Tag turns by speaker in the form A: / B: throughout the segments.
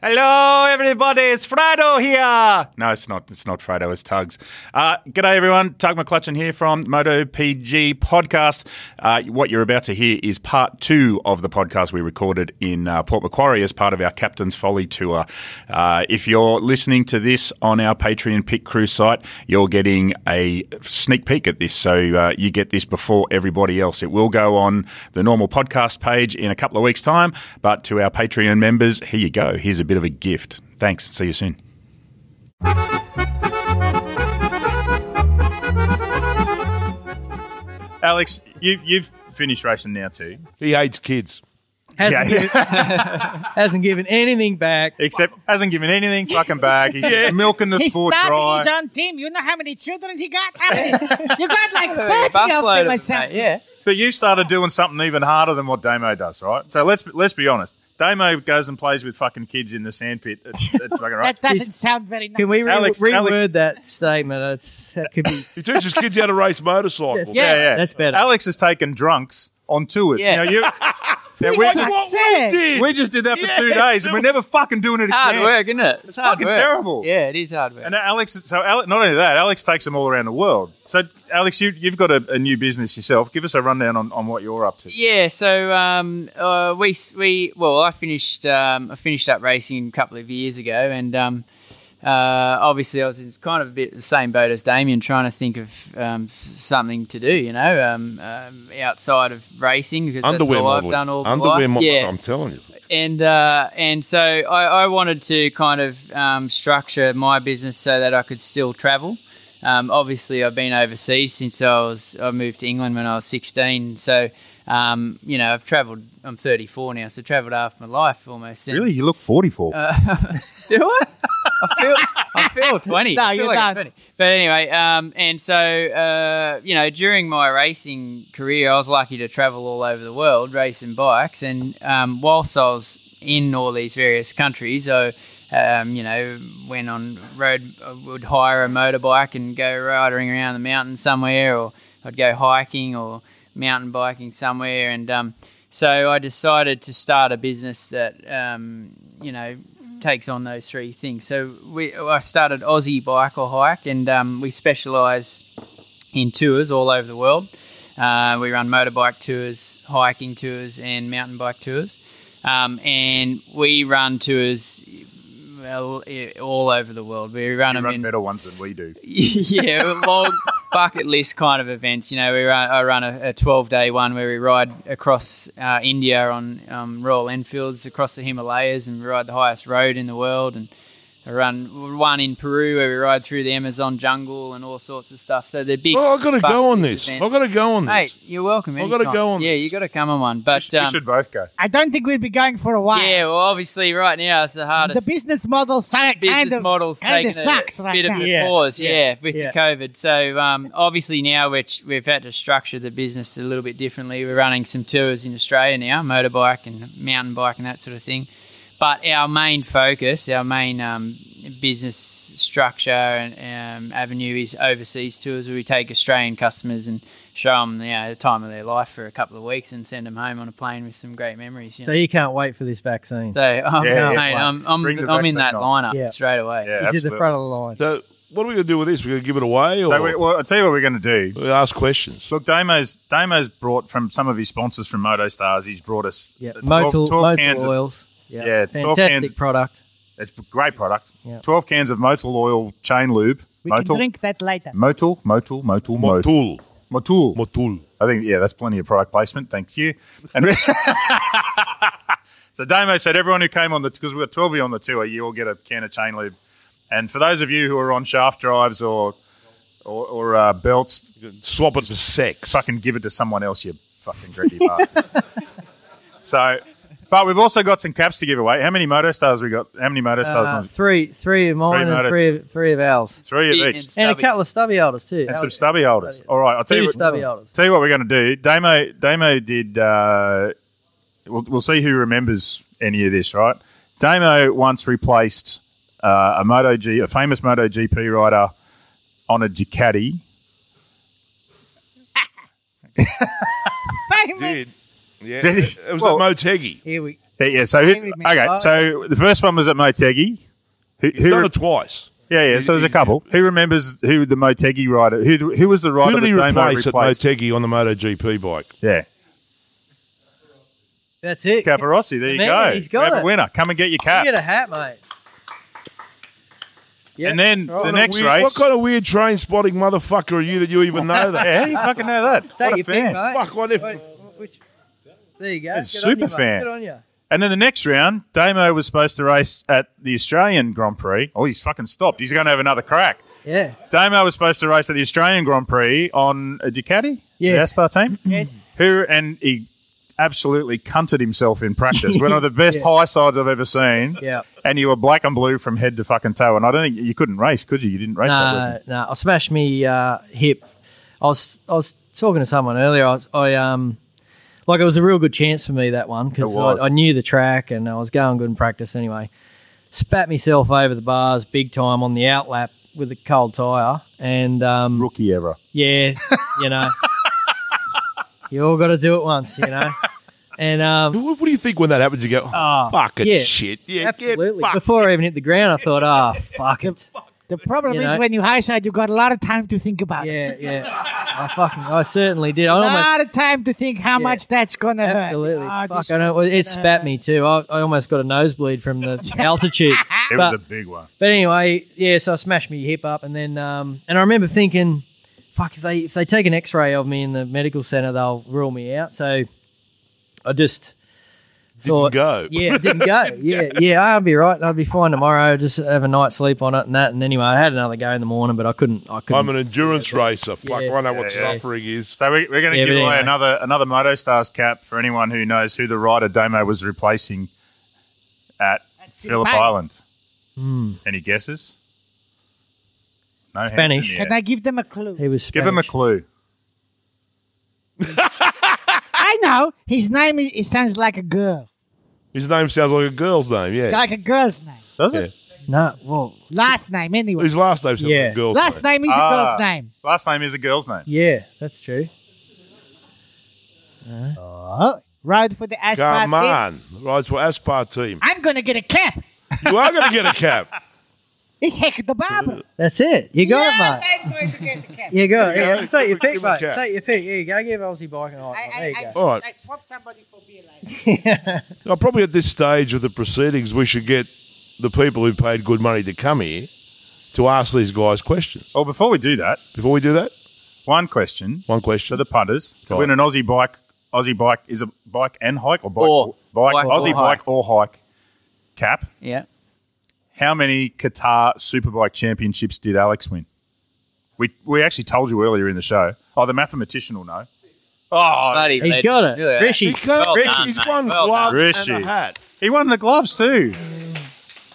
A: Hello, everybody. It's Frado here. No, it's not. It's not Frado. It's Tugs. Uh, g'day, everyone. Tug McClutchin here from MotoPG Podcast. Uh, what you're about to hear is part two of the podcast we recorded in uh, Port Macquarie as part of our Captain's Folly tour. Uh, if you're listening to this on our Patreon Pit Crew site, you're getting a sneak peek at this. So uh, you get this before everybody else. It will go on the normal podcast page in a couple of weeks' time. But to our Patreon members, here you go. Here's a bit of a gift. Thanks. See you soon.
B: Alex, you, you've finished racing now too,
C: He hates kids.
D: Hasn't, hasn't given anything back.
B: except hasn't given anything fucking back. He's just milking the
E: He
B: sport
E: started
B: dry.
E: his own team. You know how many children he got? How many? you got like 30
D: A
E: of them, my son.
D: mate, yeah.
B: But you started doing something even harder than what Damo does, right? So let's let's be honest. Damo goes and plays with fucking kids in the sandpit. It's, it's fucking right.
E: That doesn't sound very nice.
D: Can we re-
B: Alex,
D: reword
B: Alex.
D: that statement? It's, that could be.
C: He teaches kids how to race motorcycles.
E: Yeah.
D: That's better.
B: Alex has taken drunks on tours.
F: Yeah.
B: Now you, now
C: What,
B: we,
C: what
E: Sad.
C: we did?
B: we just did that for two
C: Yeah,
B: days, and we're
C: so-
B: never fucking doing it again.
F: hard work, isn't it? It's, hard
B: fucking
F: work.
B: terrible.
F: Yeah, it is hard work.
B: And Alex, so Ale not only that, Alex takes them all around the world. So Alex, you, you've got a, a new business yourself. Give us a rundown on, on what you're up to.
F: yeah, so um, uh, we s- we well, I finished um, I finished up racing a couple of years ago, and um, uh, obviously I was in kind of a bit the same boat as Damien, trying to think of um, s- something to do, you know, um, um, outside of racing because
C: Underwear
F: that's all
C: model.
F: I've done all the
C: Underwear
F: life.
C: model.
F: Yeah.
C: I'm telling you.
F: and uh, and so I, I wanted to kind of um, structure my business so that I could still travel. Um, obviously, I've been overseas since I was I moved to England when I was 16. So um, you know, I've travelled. I'm 34 now, so travelled half my life almost. And-
B: Really, you look 44.
F: Uh, do I? I feel, I feel 20.
E: No,
F: I feel
E: you're
F: I'm
E: not.
F: 20. But anyway, um, and so, uh, you know, during my racing career, I was lucky to travel all over the world racing bikes. And um, whilst I was in all these various countries, I, um, you know, went on road, I would hire a motorbike and go riding around the mountain somewhere, or I'd go hiking or mountain biking somewhere. And um, so I decided to start a business that, um, you know, takes on those three things. So we, I started Aussie Bike or Hike, and um, we specialise in tours all over the world. Uh, we run motorbike tours, hiking tours, and mountain bike tours, um, and we run tours. Well, eh, all over the world, we run
B: you
F: them
B: run
F: in
B: better ones than we do.
F: yeah, long bucket list kind of events. You know, we run, I run a, a 12 day one where we ride across uh, India on um, Royal Enfields, across the Himalayas, and we ride the highest road in the world. And I run one in Peru where we ride through the Amazon jungle and all sorts of stuff. So they're big.
C: Oh, I've got to
F: bucket
C: go on
F: list
C: this. I've
F: events.
C: got to go on
F: Mate,
C: this.
F: you're welcome.
C: I've gotta
F: anytime.
C: go on
F: Yeah,
C: this.
F: you got to come on one. But
B: we
F: um,
B: should both go.
E: I don't think we'll be going for a while.
F: yeah, well, obviously, right now it's the
E: the
F: hardest
E: business model si-
F: business
E: kind of,
F: models
E: kind
F: taking
E: of sucks
F: a
E: right
F: bit
E: now.
F: of a
D: Yeah,
F: pause,
D: yeah,
F: yeah, with
D: yeah.
F: the COVID. So um, obviously now we're, ch- we've had to structure the business a little bit differently. We're running some tours in Australia now, motorbike and mountain bike and that sort of thing. But our main focus, our main um, business structure and um, avenue is overseas tours where we take Australian customers and show them you know, the time of their life for a couple of weeks and send them home on a plane with some great memories. You know?
D: so you can't wait for this vaccine.
F: So um,
B: Yeah, yeah.
F: mate, I'm I'm,
B: Bring the
F: I'm in
B: vaccine
F: that
B: on.
F: lineup
D: Yeah.
F: straight away.
B: Yeah,
D: He's at the
B: absolutely.
D: front of the line.
C: So, what are we going to do with this? We're going to give it away or
B: So we, well, I'll tell you what we're going to do.
C: we ask questions?
B: Look, Damo's Damo's brought from some of his sponsors from Moto Stars. He's brought us
D: yeah,
B: uh, 12
D: Motul, Motul
B: cans of
D: oils.
B: Yeah, 12
D: fantastic
B: cans-
D: product.
B: It's a great product.
D: Yeah.
B: 12 cans of Motul oil chain lube.
E: We
B: Motul.
E: can drink that later.
B: Motul, Motul, Motul, Motul. Motul.
C: Motul. Motul.
B: I think, yeah, that's plenty of product placement. Thank you. And so Damo said everyone who came on the, because we've got 12 of you on the tour, you all get a can of chain lube. And for those of you who are on shaft drives or or, or uh, belts,
C: Swap it for sex.
B: fucking give it to someone else, you fucking greedy bastards. So, but we've also got some caps to give away. How many motor stars we got? How many motor stars?
D: Uh,
B: Mum?
D: three, three of mine
B: motors.
D: and three of, three of ours,
B: Three of
F: And
B: each.
D: and a
F: stubbies.
D: couple of stubby holders too.
B: and some stubby holders. All right, I'll tell
D: Two
B: you what,
D: stubby holders.
B: Tell you what we're going to do. Damo, Damo did. Uh, we'll, we'll see who remembers any of this, right? Damo once replaced uh, a Moto G, a famous Moto GP rider, on a Ducati.
E: Famous.
C: Did. Yeah.
B: Did
C: It
B: he?
C: was
B: Well-
C: at Motegi.
D: Here we
B: Yeah, yeah. So who,
E: Angry man.
B: okay, so the first one was at Motegi. Who, who
C: Done
B: re-
C: it twice.
B: yeah, yeah. So there's a couple. Who remembers who the Motegi rider? Who who was the rider?
C: Who did
B: that
C: he
B: Damo
C: replace at
B: replaced?
C: Motegi on the MotoGP bike?
B: Yeah,
D: That's it.
B: Caparossi. There you
D: Man,
B: go.
D: he's got
B: We have a
D: it.
B: winner. Come and get your
D: You
B: cap.
D: get a hat, mate. Yeah,
B: And then
D: that's right.
B: the
C: What a
B: next
C: weird-
B: race-
C: What kind of weird train spotting motherfucker are you that you even know that?
B: Yeah, how do you fucking know that?
D: Take
B: what a
D: your
B: fan.
D: pick, mate.
C: Fuck, what if-
D: Wait, which- there you go.
B: He's a
D: Good on
B: super
D: you, mate.
B: fan.
D: Good on you.
B: And then the next round, Damo was supposed to race at the Australian Grand Prix. Oh, he's fucking stopped. He's going to have another crack.
D: Yeah.
B: Damo was supposed to race at the Australian Grand Prix on a Ducati,
D: Yeah.
B: the Aspar team.
E: Yes.
B: Who and he absolutely cunted himself in practice. One of the best high sides I've ever seen.
D: Yeah.
B: And you were black and blue from head to fucking toe. And I don't think you couldn't race, could you? You didn't race that
D: No,
B: weekend.
D: no. I smashed me uh, hip. I was I was talking to someone earlier. I, was, I um like it was a real good chance for me that one
B: It
D: because
B: was.
D: I, I knew the track and I was going good in practice anyway. Spat myself over the bars big time on the outlap with a cold tire and um,
B: Rookie error.
D: yeah, you know, you all got to do it once, you know, and um,
C: What, what do you think when that happens? You go, oh,
D: Ah,
C: fucking
D: yeah.
C: shit. Yeah,
D: absolutely.
C: Get fucked.
D: Before I even hit the ground, I thought, ah, fuck it.
E: The problem
D: You
E: is
D: know-
E: when you high side, you got a lot of time to think about
D: Yeah,
E: it.
D: yeah. I fucking, I certainly did. I
E: A
D: almost
E: lot of time to think how much that's gonna
D: Absolutely.
E: hurt. Ah,
D: Fuck,
E: this
D: I know.
E: one's
D: It
E: gonna
B: uh,
D: spat
E: hurt.
D: me too. I, I almost got a nosebleed from the altitude.
B: It was
D: But-
B: a big one.
D: But anyway, yeah, so I smashed my hip up, and then um, and I remember thinking, fuck, if they if they take an X ray of me in the medical center, they'll rule me out. So I just thought,
C: go.
D: yeah, it didn't go, yeah, yeah, I'll be right, I'll be fine tomorrow. Just have a night's sleep on it and that, and anyway, I had another go in the morning, but I couldn't, I couldn't.
C: I'm an endurance racer. Fuck,
D: Yeah.
C: I know what
B: Yeah, yeah.
C: suffering is.
B: So we, we're going to
D: Yeah,
B: give
D: but
B: away
D: anyway.
B: another another MotoStars cap for anyone who knows who the rider Damo was replacing at Phillip
E: Phillip
B: Island.
D: Hmm.
B: Any guesses? No hands in
D: Spanish.
B: the air.
E: Can I give them a clue?
D: he was
B: Give him a
D: Spanish.
B: clue.
E: I know his name. Is, it sounds like a girl,
C: His name sounds like a girl's name, yeah.
E: like a girl's name.
B: Does
C: it?
D: No, well,
E: Last name anyway.
C: His last name sounds like
D: Yeah.
C: a girl's
E: Last
C: name.
E: name is a
B: Ah.
E: girl's name.
B: Last name is a girl's name.
D: yeah, that's true.
E: Oh, ride for the Aspar
C: Come
E: team.
C: on. Rides for Aspar team.
E: I'm gonna get a cap.
C: You are going to get a cap.
E: It's Heck the Barber.
B: Uh,
D: That's it. You got it, mate.
E: I'm going to get a cap.
D: Yeah, go. Yeah, take your
C: Give
D: pick,
C: him a
D: mate.
C: cap.
D: Take your pick. Here you go. Give Aussie bike and hike. There you go.
C: All right.
E: swapped somebody for beer. Like.
C: Now, probably at this stage of the proceedings, we should get the people who paid good money to come here to ask these guys questions.
B: Well, before we do that,
C: Before we do that,
B: one question
C: one
B: for
C: question.
B: the punters: to
C: Right.
B: win an Aussie bike, Aussie bike is a bike and hike or bike,
F: Or.
B: bike,
F: Bike or
B: Aussie
F: hike.
B: bike or hike cap.
F: Yeah.
B: How many Qatar Superbike Championships did Alex win? We we actually told you earlier in the show. Oh, the mathematician will know. Oh,
F: Bloody
D: He's
F: legend.
D: got it.
F: Look at that.
D: Rishi.
C: He can't-
F: Well done,
C: he's
F: mate.
C: one
F: Well
C: glove
B: done.
C: and
B: Rishi.
C: a hat.
B: he won the gloves too.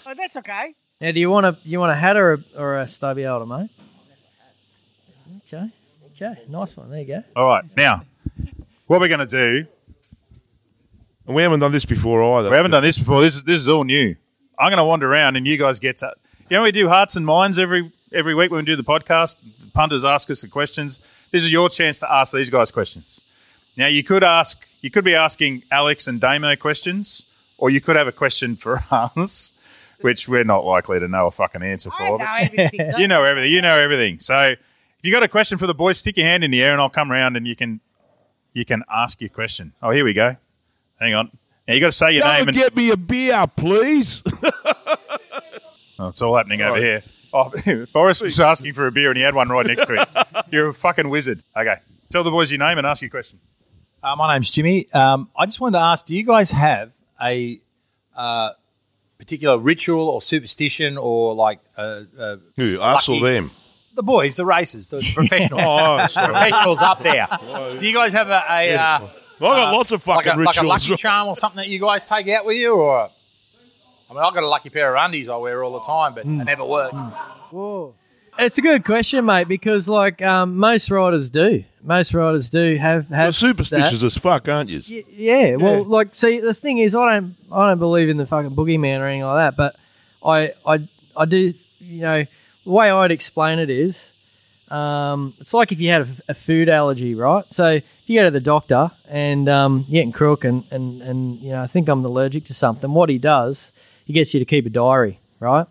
E: Oh, that's okay.
D: Now, do you want a you want a hat or a, or a stubby elder, mate? Okay. Okay. Nice one. There you go.
B: All right, now what we're going to do?
C: And we haven't done this before either.
B: We haven't done this before. This is this is all new. I'm going to wander around, and you guys get to. You know, we do hearts and minds every every week when we do the podcast. Punters ask us the questions. This is your chance to ask these guys questions. Now, you could ask, you could be asking Alex and Damo questions, or you could have a question for us, which we're not likely to know a fucking answer
E: I
B: for.
E: know
B: but-
E: everything.
B: you know everything. You know everything. So if you got a question for the boys, stick your hand in the air, and I'll come round and you can you can ask your question. Oh, here we go. Hang on. Now you got to say your name,
C: Go
B: and
C: get me a beer, please.
B: oh, it's all happening over
C: Right.
B: here. Oh, Boris was asking for a beer, and he had one right next to him. You're a fucking wizard. Okay, tell the boys your name and ask your question.
G: Uh, my name's Jimmy. Um, I just wanted to ask: Do you guys have a uh, particular ritual or superstition, or like uh, uh,
C: Who, us or them?
G: the boys, the racers, the professionals,
C: Oh, sorry. I
G: professionals up there? Do you guys have a, a uh,
C: got lots of
G: like,
C: fucking
G: a, like a
C: rituals.
G: lucky charm or something that you guys take out with you? Or I mean, I've got a lucky pair of undies I wear all the time, but
B: Mm.
G: they never work.
D: It's a good question, mate, because like um, most riders do. Most riders do have have
C: You're superstitious as fuck, aren't you?
D: that. Y- Yeah. Well, like, see, the thing is, I don't I don't believe in the fucking boogeyman or anything like that, but I I I do. You know, the way I'd explain it is, Um, it's like if you had a, a food allergy, right? So if you go to the doctor and um, you're getting crook and, and, and you know, I think I'm allergic to something, what he does, he gets you to keep a diary, right?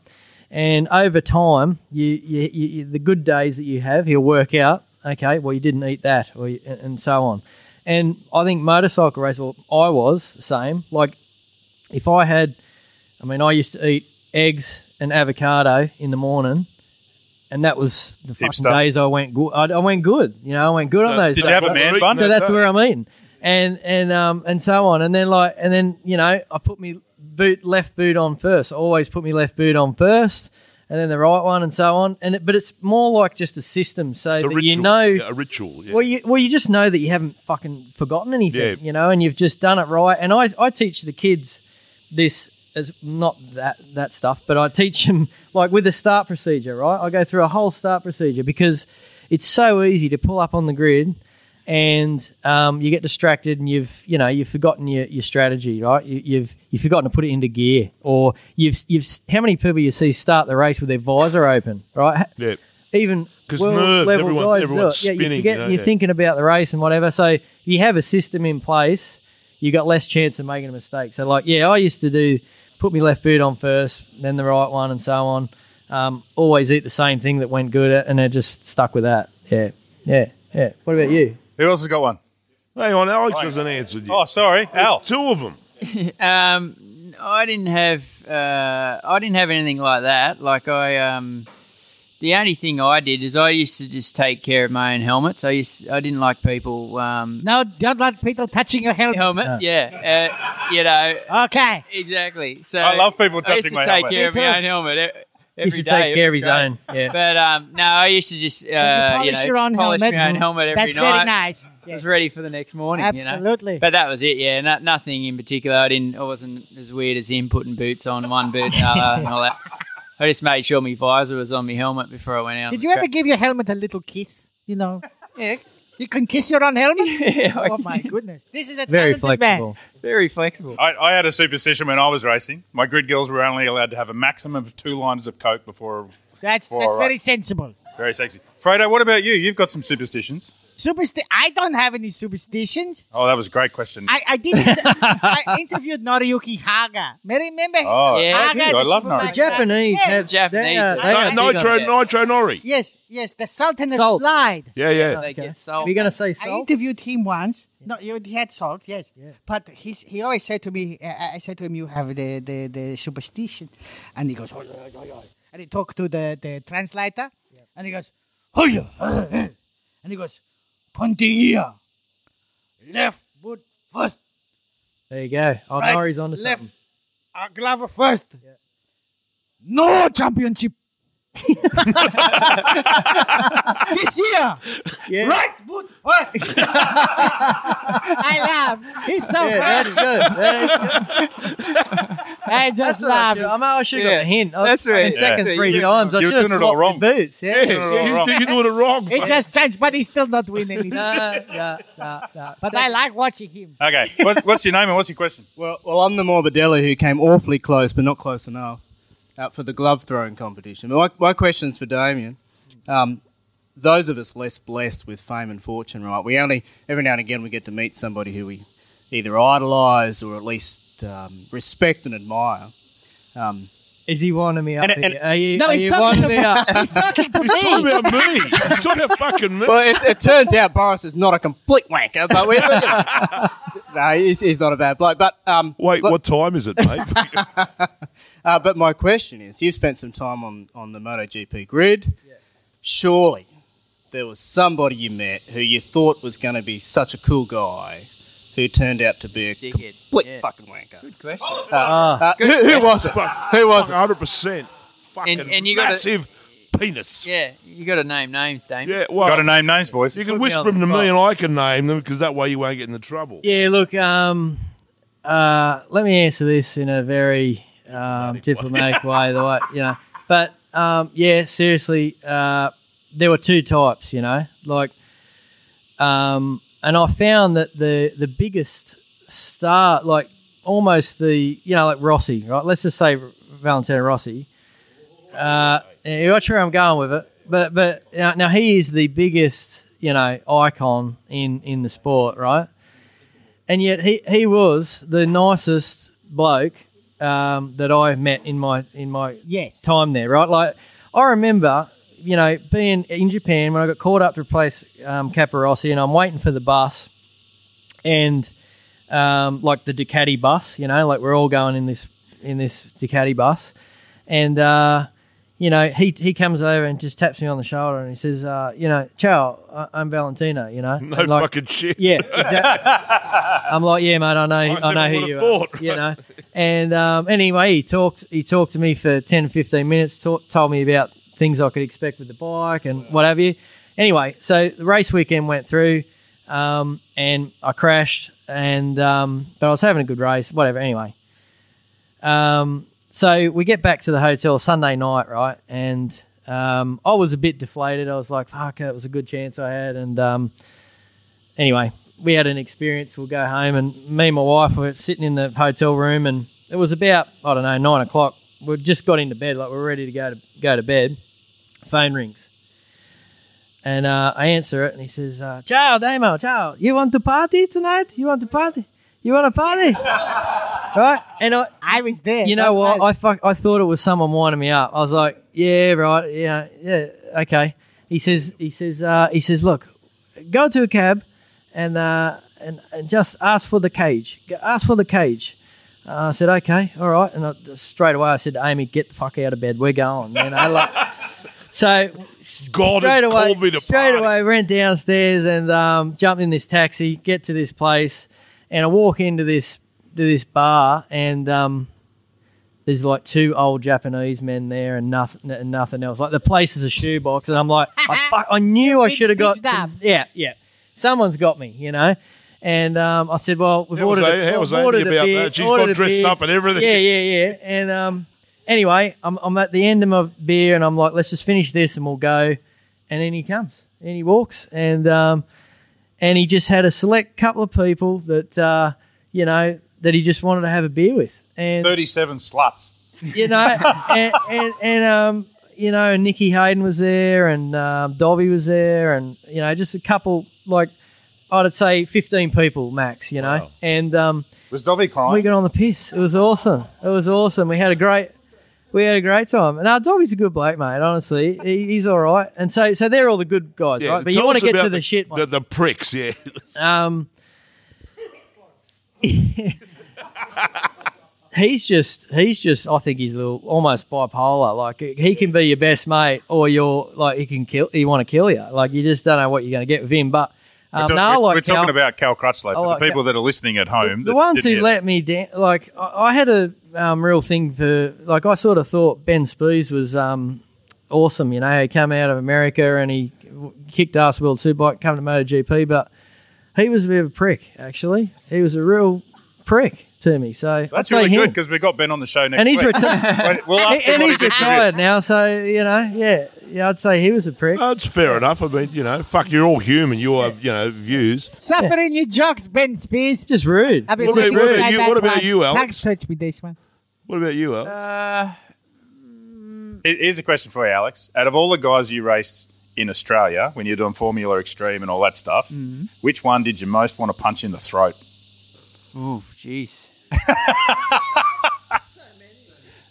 D: And over time, you, you, you, you the good days that you have, he'll work out, okay, well, you didn't eat that, or you, and, and so on. And I think motorcycle race, well, I was the same. Like if I had, I mean, I used to eat eggs and avocado in the morning, and that was the fucking
B: Hipster.
D: days I went good. I, I went good, you know, I went good on those.
A: Did
D: days.
A: you have a man bun?
D: so that's where I'm eating, and and um and so on, and then like and then you know I put me boot left boot on first. I always put me left boot on first. And then the right one, and so on, and it, but it's more like just a system, so
C: a
D: that
C: ritual.
D: you know
C: yeah, a ritual. Yeah.
D: well, you well you just know that you haven't fucking forgotten anything,
C: Yeah.
D: you know, and you've just done it right. And I I teach the kids this as not that that stuff, but I teach them like with the start procedure, right? I go through a whole start procedure because it's so easy to pull up on the grid and um, you get distracted and you've you know you've forgotten your, your strategy right you, you've you've forgotten to put it into gear or you've you've how many people you see start the race with their visor open right
C: yeah.
D: even
C: 'Cause
D: world
C: nerves,
D: level
C: everyone-
D: guys
C: everyone's
D: do it. yeah,
C: spinning,
D: you forget,
C: you know,
D: you're
C: yeah.
D: thinking about the race and whatever. So if you have a system in place, you got less chance of making a mistake. So like, yeah, I used to do put me left boot on first, then the right one, and so on. Um, always eat the same thing that went good, and I just stuck with that. Yeah, yeah, yeah. What about you?
B: Who else has got one?
C: Hang on, Alex hasn't answered yet.
B: Oh, sorry, Al.
C: Two of them.
F: Um, I didn't have uh, I didn't have anything like that. Like I, um, the only thing I did is I used to just take care of my own helmets. I used I didn't like people um,
E: No, don't let people touching your helmet.
F: helmet. Yeah, uh, you know
E: Okay.
F: exactly. So
B: I love people
F: I used
B: touching
F: to
B: my
F: take
B: helmet.
F: care of
E: Me
F: my
E: too.
F: own helmet e- every
D: Used to
F: day.
D: take care of his
F: It was
D: own. Yeah.
F: great. But um, no, I used to just uh,
E: polish
F: you know,
E: your own
F: polish
E: helmet.
F: my own helmet every
E: That's
F: night.
E: very nice.
F: I
E: Yes.
F: was ready for the next morning. you know?
E: Absolutely.
F: But that was it, yeah. No, nothing in particular. I didn't. I wasn't as weird as him putting boots on one boot and other and all that. I just made sure my visor was on my helmet before I went out.
E: Did
F: on
E: you ever
F: the
E: give your helmet a little kiss? You know,
F: track.
E: you can kiss your own helmet.
F: Yeah,
E: oh my goodness, this is a
D: Very
E: talented
D: flexible.
F: very flexible.
B: I, I had a superstition when I was racing. My grid girls were only allowed to have a maximum of two lines of coke before.
E: Man. That's
B: All
E: that's
B: right.
E: very sensible.
B: Very sexy. Fredo, what about you? You've got some superstitions.
E: Supersti- I don't have any superstitions.
B: Oh, that was a great question.
E: I, I did. I interviewed Noriyuki Haga. May remember? him?
B: oh,
F: Yeah.
B: thank you.
E: the
B: I love
E: supervisor.
B: Norwich.
D: Japanese
E: Yeah,
D: have
F: Japanese.
D: They, are-
E: No,
D: they are big
E: no,
D: on
C: Nitro,
D: it.
C: Nitro Nori.
E: Yes, yes, the Sultan of
D: Salt.
E: Slide.
C: Yeah, yeah.
F: They get
D: Are
F: sold.
D: you gonna say
E: I
D: salt?
E: interviewed him once. No, you he had salt, yes. But he's, he always said to me, uh, I I said to him, you have the, the, the superstition. And he goes, "Oi, oi, oi, oi." and he talked to the, the translator. And he goes, "Oi, oi, oi, oi." and he goes, Pontia, left foot first,
D: There you go. Oh,
E: Right,
D: Nori's onto
E: left.
D: something.
E: uh, Glover first. No championship. this year, right foot first. I laugh. He's so
D: Yeah, that is
E: funny.
D: good. That is good.
E: I just
D: That's what I
E: laugh.
D: should- I mean, I should have
F: Yeah.
D: got a hint. I
F: That's
D: was
F: right.
D: fucking second
F: Yeah.
D: three
F: You-
D: times. I
B: you were
D: should have
B: doing it
D: swapped
B: all
D: my
B: wrong.
D: boots. Yeah.
C: Yeah, so you think you're doing it wrong.
E: He
C: mate.
E: just changed, but he's still not winning.
D: Nah, nah, nah, nah.
E: but I like watching him.
B: Okay. What, what's your name and what's your question?
H: Well, well, I'm the Morbidelli who came awfully close, but not close enough, uh, for the glove throwing competition. My, my question's for Damien. Um, those of us less blessed with fame and fortune, right? We only, every now and again, we get to meet somebody who we either idolise or at least um, respect and admire. Um,
D: Is he winding me up?
H: And- and-
D: here? are you,
E: No,
D: are
E: he's
D: you
E: talking
D: winding me up?
E: He's talking to
C: He's talking
E: me.
C: about me. He's talking about fucking me.
H: well, it, it turns out Boris is not a complete wanker, but we no, he's, he's not a bad bloke. But um,
C: Wait,
H: look-
C: what time is it, mate?
H: Uh, but my question is, you spent some time on, on the MotoGP grid. Surely there was somebody you met who you thought was going to be such a cool guy who turned out to be a
F: Dickhead.
H: complete
F: Yeah.
H: fucking wanker.
F: Question.
H: Uh, who, who was it? Who was it?
C: 100%. Fucking
F: And- and you gotta-
C: massive penis. Yeah,
F: Yeah, you got to name names, Dame.
C: well,
B: Got to name names, boys.
C: you can
D: me
C: whisper
D: on the
C: them to me
D: spot.
C: and I can name them because that way you won't get into trouble.
D: Yeah, look, um, uh, let me answer this in a very um, diplomatic way, the way you know. But um, yeah, seriously, uh, there were two types, you know, like, um, and I found that the the biggest star, like almost the you know, like Rossi, right? Let's just say Valentino Rossi. Uh, yeah, you're not sure where I'm going with it. but but now, now he is the biggest you know icon in in the sport, right? And yet he he was the nicest bloke um, that I met in my in my
E: Yes.
D: time there, right? Like I remember, you know, being in Japan when I got called up to replace um, Caparossi, and I'm waiting for the bus, and um, like the Ducati bus, you know, like we're all going in this in this Ducati bus, and uh, you know, he he comes over and just taps me on the shoulder and he says, uh, you know, ciao, I- I'm Valentino, you know,
C: No
D: And, like,
C: fucking shit.
D: yeah, exactly. I'm like, yeah, mate, I know, I,
C: never
D: know who
C: would've
D: you
C: thought.
D: are. You know, and um, anyway, he talked, he talked to me for 10, 15 minutes, talk, told me about things I could expect with the bike and what have you. Anyway, so the race weekend went through, um, and I crashed, and um, but I was having a good race, whatever. Anyway, um, so we get back to the hotel Sunday night, right, and. Um, I was a bit deflated. I was like, "Fuck, that was a good chance I had," and um, anyway, we had an experience. We'll go home, and me and my wife were sitting in the hotel room, and it was about I don't know nine o'clock. We just got into bed, like we were ready to go to go to bed. Phone rings, and uh, I answer it, and he says, uh, "Ciao, Damo, ciao. You want to party tonight? You want to party? You want to party?" right? And I,
E: I was there.
D: you know
E: That-
D: what? I fuck, I thought it was someone winding me up. I was like, yeah, right, yeah, yeah, okay. He says, he says, uh, he says, look, go to a cab, and uh, and and just ask for the cage. G- Ask for the cage. Uh, I said, okay, all right. And I, straight away, I said, to Amy, get the fuck out of bed. We're going. You know, like, so
C: God has
D: straight away,
C: called me to
D: straight
C: party.
D: away, went downstairs and um, jumped in this taxi. Get to this place, and I walk into this to this bar, and um, there's like two old Japanese men there, and nothing, and nothing else. Like the place is a shoebox, and I'm like, I, fuck, I knew I
E: been
D: should have got,
E: stitched up.
D: yeah, yeah. Someone's got me, you know. And um, I said, well, we've
C: How was
D: ordered.
C: A-
D: a,
C: how was
D: we've
C: Amy
D: ordered a
C: about
D: beer,
C: that? She's
D: ordered
C: got
D: a
C: dressed
D: beer.
C: up and everything.
D: Yeah, yeah, yeah. And um, anyway, I'm I'm at the end of my beer, and I'm like, let's just finish this, and we'll go. And then he comes, and he walks, and um, and he just had a select couple of people that uh, you know that he just wanted to have a beer with, and
B: Thirty-seven sluts.
D: you know, and, and, and um, you know, Nikki Hayden was there, and um, Dobby was there, and you know, just a couple like I'd say fifteen people max, you know, and um,
B: Was Dovey crying?
D: we got on the piss. It was awesome. It was awesome. We had a great. We had a great time. Now, Dobby's a good bloke, mate. Honestly, he, he's all right. And so, so they're all the good guys,
C: Yeah,
D: right? But you
C: tell
D: want
C: us
D: to get
C: about
D: to the, shit one.
C: The, the pricks, yeah.
D: Um, he's just he's just I think he's a little almost bipolar. Like he can be your best mate, or you're like he can kill. He want to kill you. Like you just don't know what you're going to get with him. But um,
B: We're,
D: no, I like
B: we're
D: Cal-
B: talking about Cal Crutchlow. For
D: like
B: the people that are listening at home,
D: the
B: that
D: ones
B: didn't hear
D: who let me down. Like I, I had a um, real thing for like I sort of thought Ben Spees was um, awesome. You know, he came out of America and he w- kicked ass World Superbike, come to MotoGP, but he was a bit of a prick. Actually, he was a real prick to me. So
B: That's
D: I'd say
B: really
D: him.
B: good because we've got Ben on the show next
D: And he's
B: week.
D: retired.
B: we'll ask him
D: and
B: what
D: he's
B: he did for you.
D: retired now, so you know, yeah, yeah. I'd say he was a prick.
C: That's fair enough. I mean, you know, fuck, you're all human. You have, you know, views.
E: uh, Suffering your jokes, Ben Spears.
D: Just rude.
E: I've been
C: What about-
E: sitting
C: what about
E: inside
C: you-
E: that
C: what about
E: one.
C: you, Alex?
E: Thanks, touch me this one.
C: What about you, Al?
F: Uh,
B: Here- Here's a question for you, Alex. Out of all the guys you raced in Australia when you're doing Formula Extreme and all that stuff,
F: Mm.
B: which one did you most want to punch in the throat?
F: Ooh, jeez.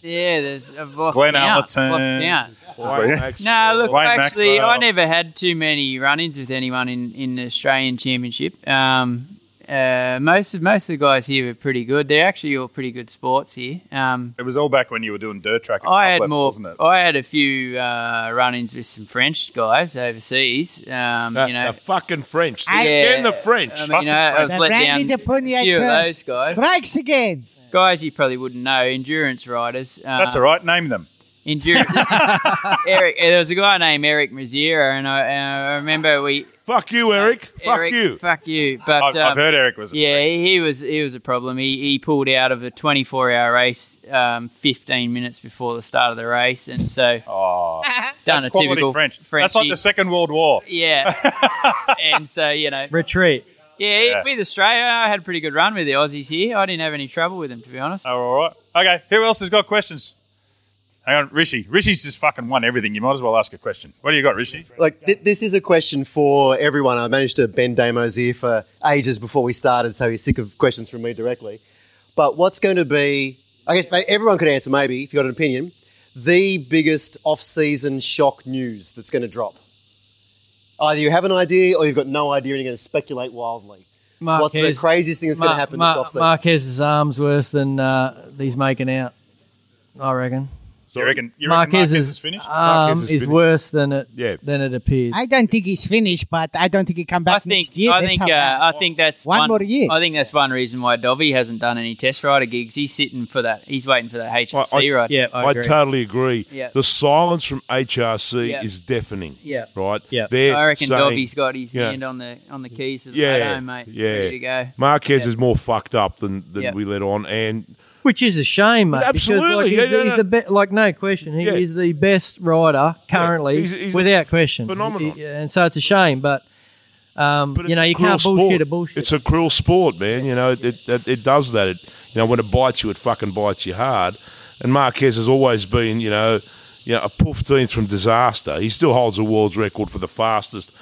F: yeah, there's I've lost
B: Glenn
F: count.
B: Allerton.
F: Lost count.
B: Wayne
F: No, look,
B: Wayne
F: actually,
B: Maxwell.
F: I never had too many run-ins with anyone in in the Australian Championship. Um, uh, most of most of the guys here were pretty good. They're actually all pretty good sports here. Um,
B: It was all back when you were doing dirt track. at
F: I
B: top
F: had
B: level,
F: more.
B: wasn't it?
F: I had a few uh, run-ins with some French guys overseas. Um,
C: The,
F: you know,
C: the fucking French.
E: I-
C: Again, the French.
F: I mean, you know, I was
E: The
F: let
E: Randy
F: down
E: de
F: a few of those guys.
E: strikes again.
F: Guys, you probably wouldn't know endurance riders. Um,
B: That's all right. Name them.
F: Endurance. Eric, there was a guy named Eric Maziera, and I, and I remember we.
C: fuck you, Eric. Fuck
F: Eric,
C: you.
F: Fuck you. But
B: I've, I've
F: um,
B: heard Eric was. A
F: Yeah, he, he was he was a problem. He, he pulled out of a 24 hour race um, 15 minutes before the start of the race, and so done
B: Oh, That's
F: a
B: quality
F: typical
B: French. That's
F: Frenchie.
B: like the Second World War.
F: yeah, and so you know,
D: Retreat.
F: yeah, he-
B: Yeah.
F: with Australia, I had a pretty good run with
B: Uh,
F: the Aussies here. I didn't have any trouble with them, to be honest.
B: Oh, all right. Okay. Who else has got questions? Hang on, Rishi. Rishi's just fucking won everything. You might as well ask a question. What do you got, Rishi?
I: Like th- this is a question for everyone. I managed to bend Damo's ear for ages before we started, so he's sick of questions from me directly. But what's going to be? I guess ma- everyone could answer. Maybe if you got an opinion, the biggest off-season shock news that's going to drop. Either you have an idea, or you've got no idea, and you're going to speculate wildly. What's the
D: Marquez-
I: craziest thing that's going
D: Mar-
I: to happen
D: Mar-
I: this offseason?
D: Marquez's arm's worse than uh, he's making out. I reckon.
B: So you reckon, you reckon
D: Marquez,
B: Marquez
D: is,
B: is finished?
D: arm
C: Marquez is
D: is
C: finished.
D: worse than it
C: Yeah.
D: than it appears.
E: I don't think he's finished, but I don't think he come
F: I
E: back
F: think
E: next year.
F: I
E: That's
F: think
E: how
F: uh, I think that's
E: One more year.
F: I think that's one reason why Dovey hasn't done any test rider gigs. He's sitting for that. He's waiting for that HRC
C: I-
F: ride.
D: yeah, I,
C: I,
D: agree.
C: totally agree.
F: Yeah.
C: The silence from HRC
F: Yeah.
C: is deafening.
D: Yeah.
C: Right?
D: Yeah.
C: They're
F: I reckon
C: saying,
F: Dobby's got his
C: Yeah.
F: hand on the on the keys of the
C: yeah,
F: yeah, mate.
C: Yeah.
F: Ready to go.
C: Marquez is more fucked up than, than
F: Yeah.
C: we let on. And
D: Which is a shame, mate. because,
C: Absolutely,
D: like, he's,
C: yeah, yeah,
D: he's
C: no.
D: the be- like no question. He
C: Yeah.
D: is the best rider currently,
C: he's- he's
D: without question.
C: phenomenal.
D: He- and so it's a shame, but, um,
C: but
D: you
C: it's
D: know
C: a
D: you
C: cruel
D: can't
C: sport.
D: bullshit a bullshit.
C: It's a cruel sport, man. You know, it, it, it, it does that. It, you know, when it bites you, it fucking bites you hard. And Marquez has always been, you know, you know, a poofteenth from disaster. He still holds a world's record for the fastest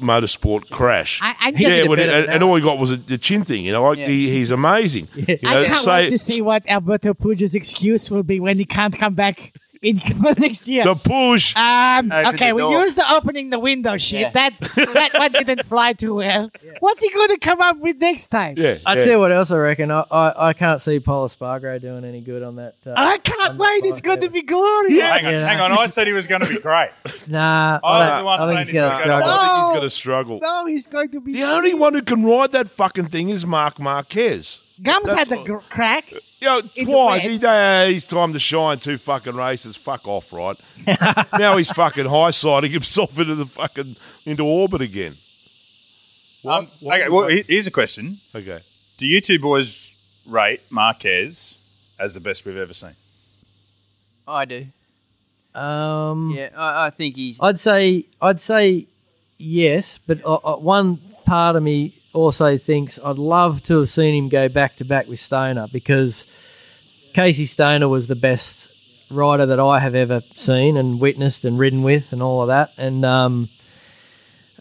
C: motorsport crash.
E: I- I'm
C: yeah,
E: getting
C: when
D: a
C: it,
D: bit of
C: and, and all he got was a, the chin thing. You know, like he, he's amazing. You know,
E: I can't
C: say-
E: wait to see what Alberto Pujo's excuse will be when he can't come back in next year.
C: the push.
E: Um,
F: Open
E: okay,
F: the
E: we
F: door.
E: used the opening the window shit.
F: Yeah.
E: That that one didn't fly too well. What's he going to come up with next time?
C: yeah,
D: I
C: yeah.
D: tell you what else I reckon. I, I, I can't see Paul Espargaro doing any good on that. Uh,
E: I can't wait. It's going to be glorious.
B: hang on,
D: Yeah.
B: hang on. I said he was going to be great.
D: Nah,
B: I was
C: Oh,
D: I,
B: the
D: don't-
B: one
D: I think
B: saying
D: he's
B: he's
D: going to
B: gonna go
D: struggle.
E: down.
C: I think
E: No.
C: he's going to struggle.
E: No, he's going to be.
C: The only one who can ride that fucking thing is Mark Marquez.
E: Gums
C: That's
E: had a
C: all.
E: gr- crack.
C: You know,
E: In the
C: twice.
E: wet.
C: He, uh, he's time to shine two fucking races. Fuck off, right? now he's fucking high siding himself into the fucking into orbit again. What?
B: Um, okay, well, he- here's a question.
C: okay.
B: Do you two boys rate Marquez as the best we've ever seen?
F: I do.
D: Um,
F: Yeah, I, I think he's.
D: I'd say I'd say yes, but uh, uh, one part of me also thinks I'd love to have seen him go back to back with Stoner because Casey Stoner was the best rider that I have ever seen and witnessed and ridden with and all of that. And um,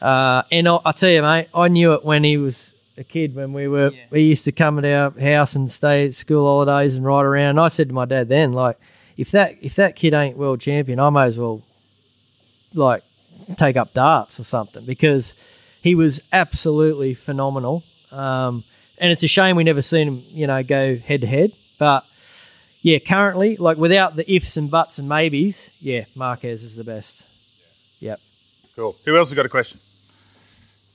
D: uh, and I, I tell you, mate, I knew it when he was a kid. When we were, we used to come at our house and stay at school holidays and ride around. And I said to my dad then, like, if that if that kid ain't world champion, I may as well like take up darts or something because he was absolutely phenomenal. Um, and it's a shame we never seen him, you know, go head to head. But yeah, currently, like without the ifs and buts and maybes, yeah, Marquez is the best. Yep.
B: Cool. Who else has got a question?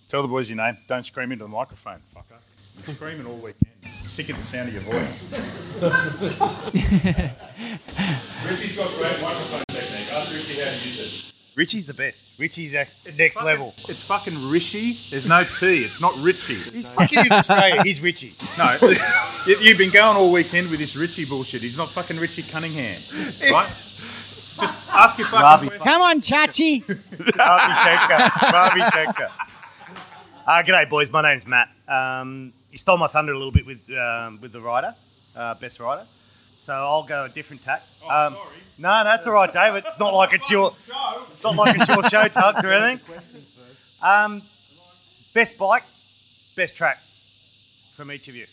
B: Tell the boys your name. Don't scream into the microphone, fucker. You're screaming all weekend. Sick of the sound of your voice. Rishi's got great microphone technique. Ask Rishi how to use it.
J: Richie's the best. Richie's at next
B: fucking-
J: level.
B: It's fucking Rishi. There's no T. It's not Richie.
J: He's fucking in Australia. He's Richie.
B: No, this, you, you've been going all weekend with this Richie bullshit. He's not fucking Richie Cunningham, right? Just ask your fucking
J: Ravi.
B: question.
E: Come on, Chachi.
J: Ravi Shankar. Ravi Shankar. Uh, g'day, boys. My name's Matt. Um, you stole my thunder a little bit with um, with the rider, uh, best rider. So I'll go a different tack. Um,
B: sorry.
J: No, that's all right, David. It's not like it's your. It's not like it's your show, Tugs, or anything. Um, best bike, best track from each of you.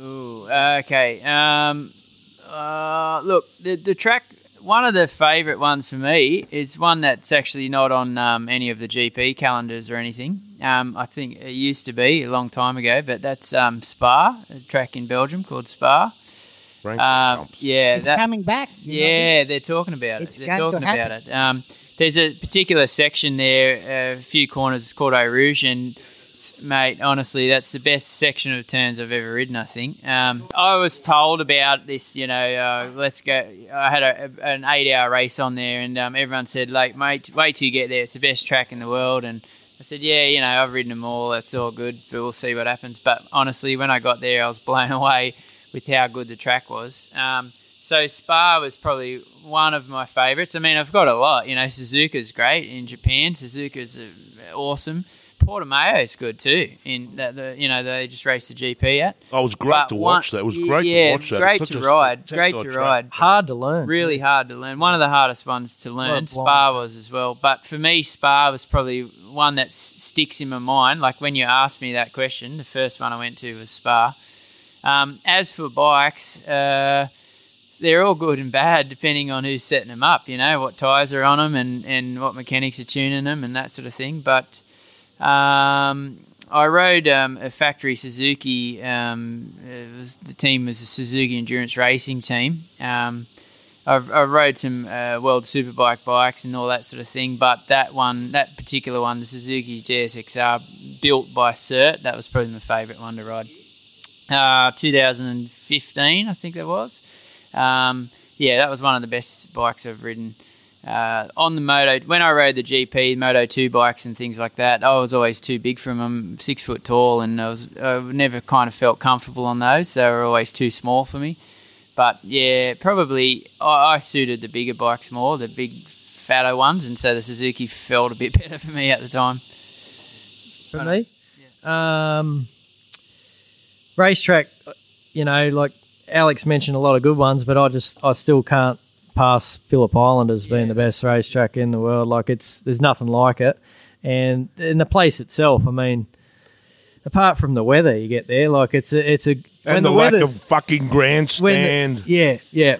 F: Ooh, okay. Um, uh, look, the the track. One of the favourite ones for me is one that's actually not on um, any of the GP calendars or anything. Um, I think it used to be a long time ago, but that's um, Spa, a track in Belgium called Spa.
C: Rank
F: Um,
C: jumps.
F: yeah,
E: It's
F: that-
E: coming back. you know.
F: yeah, they're talking about
E: It's
F: it. They're
E: going to
F: talking about it. Um, there's a particular section there, a few corners it's called Eau Rouge, and it's- mate, honestly, that's the best section of turns I've ever ridden. I think. Um, I was told about this. You know, uh, let's go. I had a, an eight-hour race on there, and um, everyone said, like, mate, wait till you get there. It's the best track in the world, and. I said, yeah, you know, I've ridden them all. That's all good, but we'll see what happens. But honestly, when I got there, I was blown away with how good the track was. Um, so Spa was probably one of my favourites. I mean, I've got a lot. You know, Suzuka's great in Japan. Suzuka's uh, awesome. Portomayo's good too. In the, the you know they just raced the GP at.
C: I was great
F: But
C: to
F: one-
C: watch that. It was great
F: yeah,
C: to watch that.
F: Great
C: It's
F: to
C: such a-
F: ride.
C: such a
F: Great
C: good
F: to
C: track.
F: ride.
D: Hard to learn.
F: Really hard to learn. One of the hardest ones to learn.
D: blind.
F: Spa was as well. But for me, Spa was probably one that s- sticks in my mind. Like when you asked me that question, the first one I went to was Spa. Um, as for bikes, uh, they're all good and bad depending on who's setting them up. You know what tires are on them and and what mechanics are tuning them and that sort of thing. But um, I rode um, a factory Suzuki. Um, it was, the team was a Suzuki Endurance Racing team. Um, I've, I rode some uh, World Superbike bikes and all that sort of thing, but that one, that particular one, the Suzuki GSXR built by CERT, that was probably my favourite one to ride. Uh, 2015, I think that was. Um, yeah, that was one of the best bikes I've ridden. Uh, on the moto, when I rode the GP, Moto Two bikes and things like that, I was always too big for them. I'm six foot tall, and I was I never kind of felt comfortable on those. They were always too small for me. But yeah, probably I, I suited the bigger bikes more, the big fatter ones, and so the Suzuki felt a bit better for me at the time.
D: for me. Um, racetrack, you know, like Alex mentioned a lot of good ones, but I just I still can't pass Phillip Island as being the best racetrack in the world. Like it's there's nothing like it, and in the place itself, I mean, apart from the weather you get there, like it's a it's a
C: And the, lack
D: weather's-
C: of fucking
D: when
C: grandstand.
D: the- yeah yeah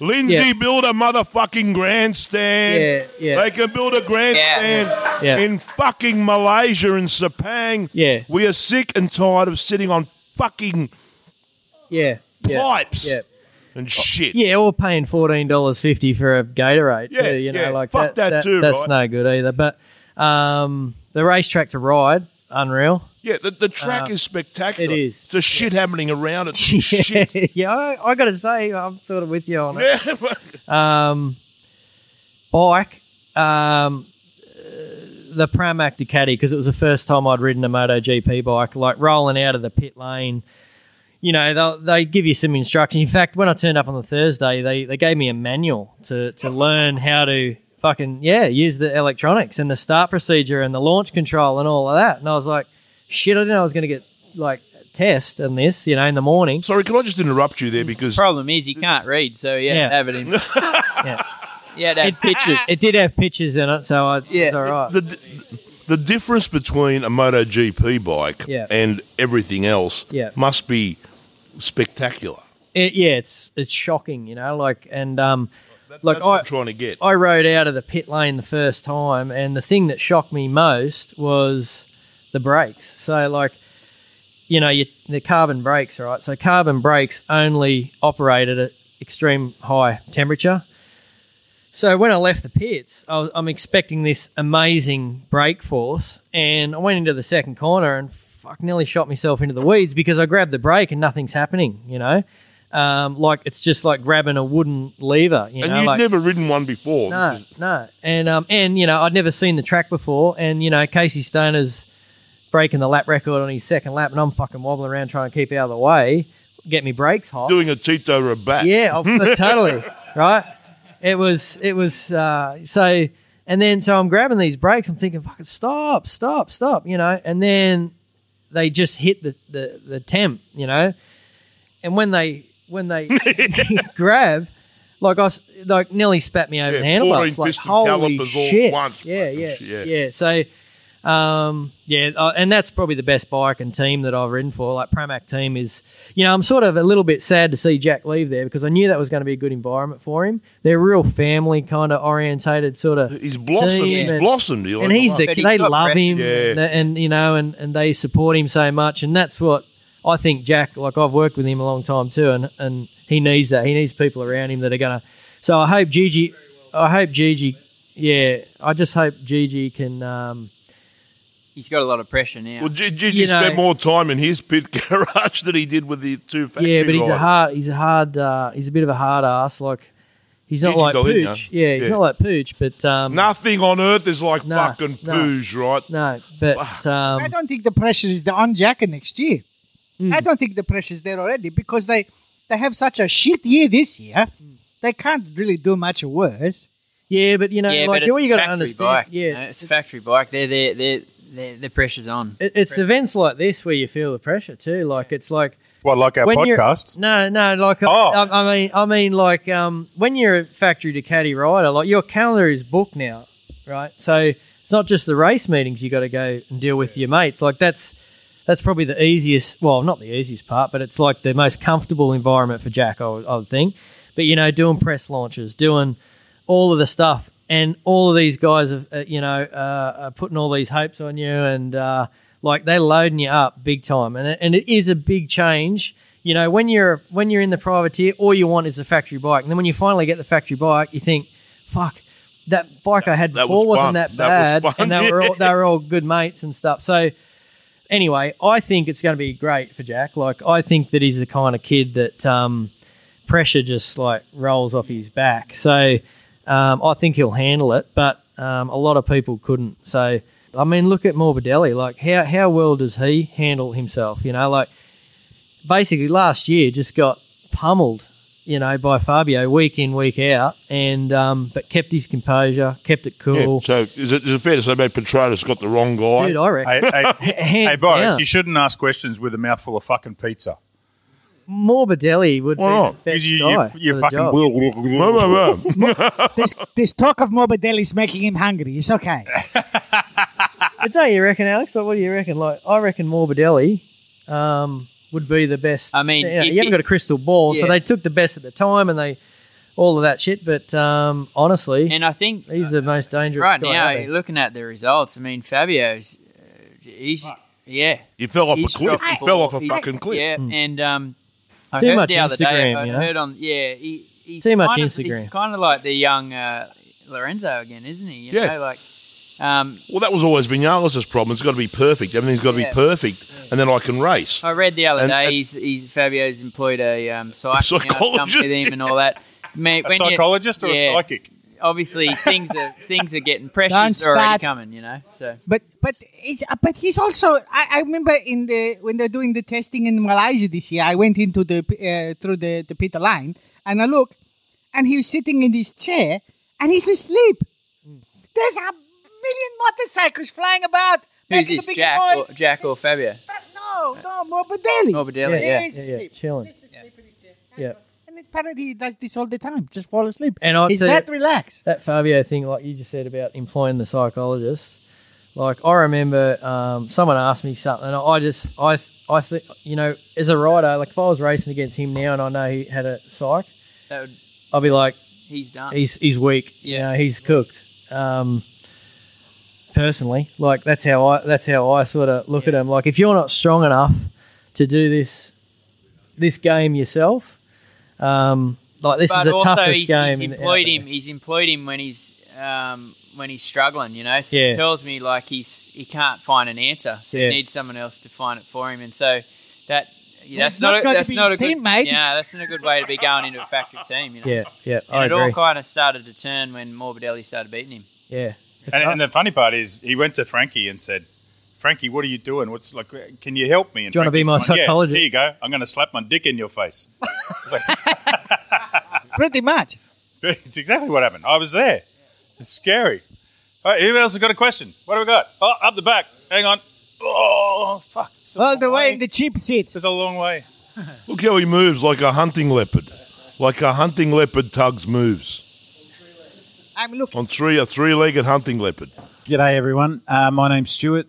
C: Lindsay,
D: Yeah.
C: build a motherfucking grandstand.
D: Yeah, yeah.
C: They can build a grandstand
D: Yeah.
C: in fucking Malaysia and Sepang.
D: Yeah.
C: We are sick and tired of sitting on fucking
D: yeah yeah
C: pipes
D: yeah.
C: and shit.
D: Yeah, or paying fourteen dollars fifty for a Gatorade.
C: Yeah,
D: too, you know,
C: yeah.
D: like
C: Fuck that too,
D: That's
C: right?
D: no good either. But um, the racetrack to ride, unreal.
C: Yeah, the, the track is spectacular.
D: Uh, it is.
C: It's a shit happening around it. shit.
D: yeah, I, I got to say, I'm sort of with you on it.
C: Yeah, fuck.
D: Um, bike, um, uh, the Pramac Ducati, because it was the first time I'd ridden a MotoGP bike, like rolling out of the pit lane. You know, they they give you some instruction. In fact, when I turned up on the Thursday, they, they gave me a manual to, to learn how to fucking, yeah, use the electronics and the start procedure and the launch control and all of that. And I was like, shit, I didn't know I was going to get like a test on this, you know, in the morning.
C: Sorry, can I just interrupt you there because
F: Problem is, you can't read, so yeah,
D: Yeah.
F: have it in. yeah, yeah, they had pictures.
D: It did have pictures in it, so I,
F: Yeah.
D: it's all right.
C: the the difference between a MotoGP bike
D: Yeah.
C: and everything else
D: Yeah.
C: must be spectacular.
D: It, yeah, it's it's shocking, you know. Like and um, like
C: That's what
D: I
C: I'm trying to get.
D: I rode out of the pit lane the first time, and the thing that shocked me most was the brakes. So like, you know, you, the carbon brakes, right? So carbon brakes only operated at extreme high temperature. So when I left the pits, I was, I'm expecting this amazing brake force, and I went into the second corner and fuck nearly shot myself into the weeds because I grabbed the brake and nothing's happening. You know, um, like it's just like grabbing a wooden lever. You
C: and
D: know,
C: you'd
D: like,
C: never ridden one before.
D: no, no, and um, and you know, I'd never seen the track before, and you know, Casey Stoner's breaking the lap record on his second lap, and I'm fucking wobbling around trying to keep out of the way, get me brakes hot.
C: Doing a Tito Rabat.
D: Yeah, oh, totally. Right. It was. It was. Uh, so and then so I'm grabbing these brakes. I'm thinking, fucking stop, stop, stop. You know. And then they just hit the the the temp. You know. And when they when they grab. Like I s- like nearly spat me over
C: Yeah,
D: the handlebars.
C: 14
D: Like
C: piston
D: holy
C: calipers all at
D: shit!
C: once,
D: yeah,
C: mate.
D: yeah,
C: Yeah.
D: yeah, So, um, yeah, uh, and that's probably the best bike and team that I've ridden for. Like Pramac team is, you know, I'm sort of a little bit sad to see Jack leave there because I knew that was going to be a good environment for him. They're real family kind of orientated sort of.
C: He's blossomed.
D: team
C: He's
D: and-
C: blossomed. You're
D: and
C: like,
D: he's the
F: But he's
D: they
F: got
D: love
F: breath.
D: him
C: Yeah.
D: and, and you know and, and they support him so much and that's what I think Jack like I've worked with him a long time too and and he needs that he needs people around him that are gonna so I hope Gigi I hope Gigi yeah I just hope Gigi can um
F: He's got a lot of pressure now.
C: Well, G- Gigi
D: You know-
C: spent more time in his pit garage than he did with the two factory
D: yeah but he's a
C: riders.
D: hard he's a hard uh, he's a bit of a hard ass like he's not
C: Gigi
D: like
C: Dolin, yeah.
D: Pooch yeah he's
C: Yeah.
D: not like Pooch but um
C: Nothing on earth is like
D: Nah,
C: fucking
D: nah.
C: poos, right?
D: no but um
E: I don't think the pressure is there on Jack next year.
F: Hmm.
E: I don't think the pressure is there already because they they have such a shit year this year. They can't really do much worse.
D: yeah but you know
F: yeah,
D: like
F: but it's
D: all you
F: a
D: got to
F: factory
D: understand
F: bike.
D: yeah
F: you know, it's a factory bike. They're they're they're the, the pressure's on.
D: It, it's events like this where you feel the pressure too. Like it's like
B: Well, like our
D: you're-
B: podcast.
D: No, no, like
B: Oh.
D: I, I mean, I mean, like um, when you're a factory Ducati rider, like your calendar is booked now, right? So it's not just the race meetings you got to go and deal with your mates. Like that's that's probably the easiest. Well, not the easiest part, but it's like the most comfortable environment for Jack. I would, I would think. But you know, doing press launches, doing all of the stuff, and all of these guys have, uh, you know, uh, are putting all these hopes on you, and uh, like they're loading you up big time, and it, and it is a big change. You know, when you're when you're in the privateer, all you want is a factory bike, and then when you finally get the factory bike, you think, "Fuck, that bike I had
C: That
D: before
C: was
D: was
C: fun.
D: not that
C: That
D: bad,"
C: was fun.
D: and they were all, they were all good mates and stuff. So anyway, I think it's going to be great for Jack. Like, I think that he's the kind of kid that um, pressure just like rolls off his back. So um, I think he'll handle it, but um, a lot of people couldn't. So I mean, look at Morbidelli. Like, how how well does he handle himself? You know, like basically last year just got pummeled. You know, by Fabio week in week out, and um, but kept his composure, kept it
C: Yeah,
D: cool.
C: so is it, is it fair to say maybe Petronas got the wrong guy?
D: Dude, I reckon.
B: Hey, hey, hey,
D: Hands
B: Boris,
D: down.
B: you shouldn't ask questions with a mouthful of fucking pizza.
D: Morbidelli would
C: Why
D: be
C: not?
D: the
B: 'Cause
D: best
B: Oh, you,
D: guy
B: you,
D: for
B: you
D: the
B: fucking
D: job.
C: Whoa, whoa, whoa.
E: this, this talk of Morbidelli is making him hungry. It's okay.
D: But don't you reckon, Alex? What, what do you reckon? Like, I reckon Morbidelli um, would be the best.
F: I mean,
D: you, know,
F: if
D: you haven't
F: it-
D: got a crystal ball,
F: Yeah.
D: so they took the best at the time and they all of that shit. But um, honestly,
F: And I think
D: he's the most dangerous
F: right
D: guy
F: now,
D: out there.
F: looking at the results, I mean, Fabio's, uh, he's, yeah,
C: He fell off
F: He's
C: a cliff.
F: dropped
C: He
F: the
C: fell
F: ball.
C: off a
F: He-
C: fucking cliff. Hmm.
F: Yeah, and um, I
D: Too
F: heard
D: much
F: the other day.
D: Instagram,
F: I
D: you know?
F: heard on yeah, he, he's
D: Too much
F: kind of-
D: Instagram.
F: He's kind of like the young uh, Lorenzo again, isn't he? You
C: Yeah.
F: know, like um,
C: Well, that was always Vinales' problem. It's got to be perfect. Everything's got to
F: Yeah.
C: be perfect, and then I can race.
D: Uh,
F: I read the other
C: And-
F: day,
C: and-
F: he's, he's Fabio's employed a um, psychic now to come
C: Psychologist,
F: with him and all that. Mate,
B: A
F: when you-
B: psychologist or
F: yeah,
B: a psychic?
F: Obviously, things are things are getting
E: Don't
F: pressures are
E: start.
F: already coming. You know, so
E: But but it's, uh, but he's also I, I remember in the when they're doing the testing in Malaysia this year I went into the uh, through the the pit line and I look and he was sitting in his chair and he's asleep.
F: Hmm.
E: There's a million motorcycles flying about
F: who's
E: making
F: this,
E: the big
F: Jack Oh,
E: noise.
F: or, Jack or Fabio?
E: But no, no, Morbidelli.
F: Morbidelli, yeah,
E: he's
D: yeah, yeah,
E: asleep.
D: chilling.
E: Just asleep in his chair.
D: Yeah.
E: And apparently he does this all the time. Just fall asleep.
D: And I'll
E: he's
D: tell you-
E: that relaxed.
D: that Fabio thing, like you just said about employing the psychologists, like I remember um, someone asked me something, and I just I th- I think you know as a rider, like if I was racing against him now and I know he had a psych,
F: That would,
D: I'd be like
F: he's done.
D: he's he's weak,
F: Yeah.
D: you know, he's cooked. Um, personally, like that's how I that's how I sort of look at him. Like if you're not strong enough to do this this game yourself, um, like this
F: but
D: is the
F: also
D: toughest
F: he's,
D: game.
F: he's
D: in- out
F: employed
D: there.
F: him. He's employed him when he's um, when he's struggling. You know, so
D: Yeah.
F: it tells me like he's he can't find an answer, so
D: Yeah.
F: he needs someone else to find it for him. And so that that's
E: he's not
F: not,
E: going
F: a,
E: to
F: that's
E: be
F: not a
E: his
F: good
E: teammate.
F: yeah that's not a good way to be going into a factory team. You know,
D: Yeah, yeah,
F: and
D: I
F: it
D: agree.
F: all kind of started to turn when Morbidelli started beating him.
D: yeah.
B: And, and the funny part is, he went to Frankie and said, "Frankie, what are you doing? What's like? Can you help me?" And
D: Do you wanna be
B: Frankie's
D: my
B: going, "Yeah,
D: psychologist?"
B: here you go. I'm going to slap my dick in your face. It's like,
E: Pretty much.
B: it's exactly what happened. I was there. It's scary. All right, who else has got a question? What do we got? Oh, up the back. Hang on. Oh fuck! It's a
E: All
B: long
E: the way in the cheap seats.
B: It's a long way.
C: Look how he moves like a hunting leopard, like a hunting leopard. Tugs moves
E: I'm looking.
C: on three a three-legged hunting leopard.
K: G'day, everyone. Uh, my name's Stuart.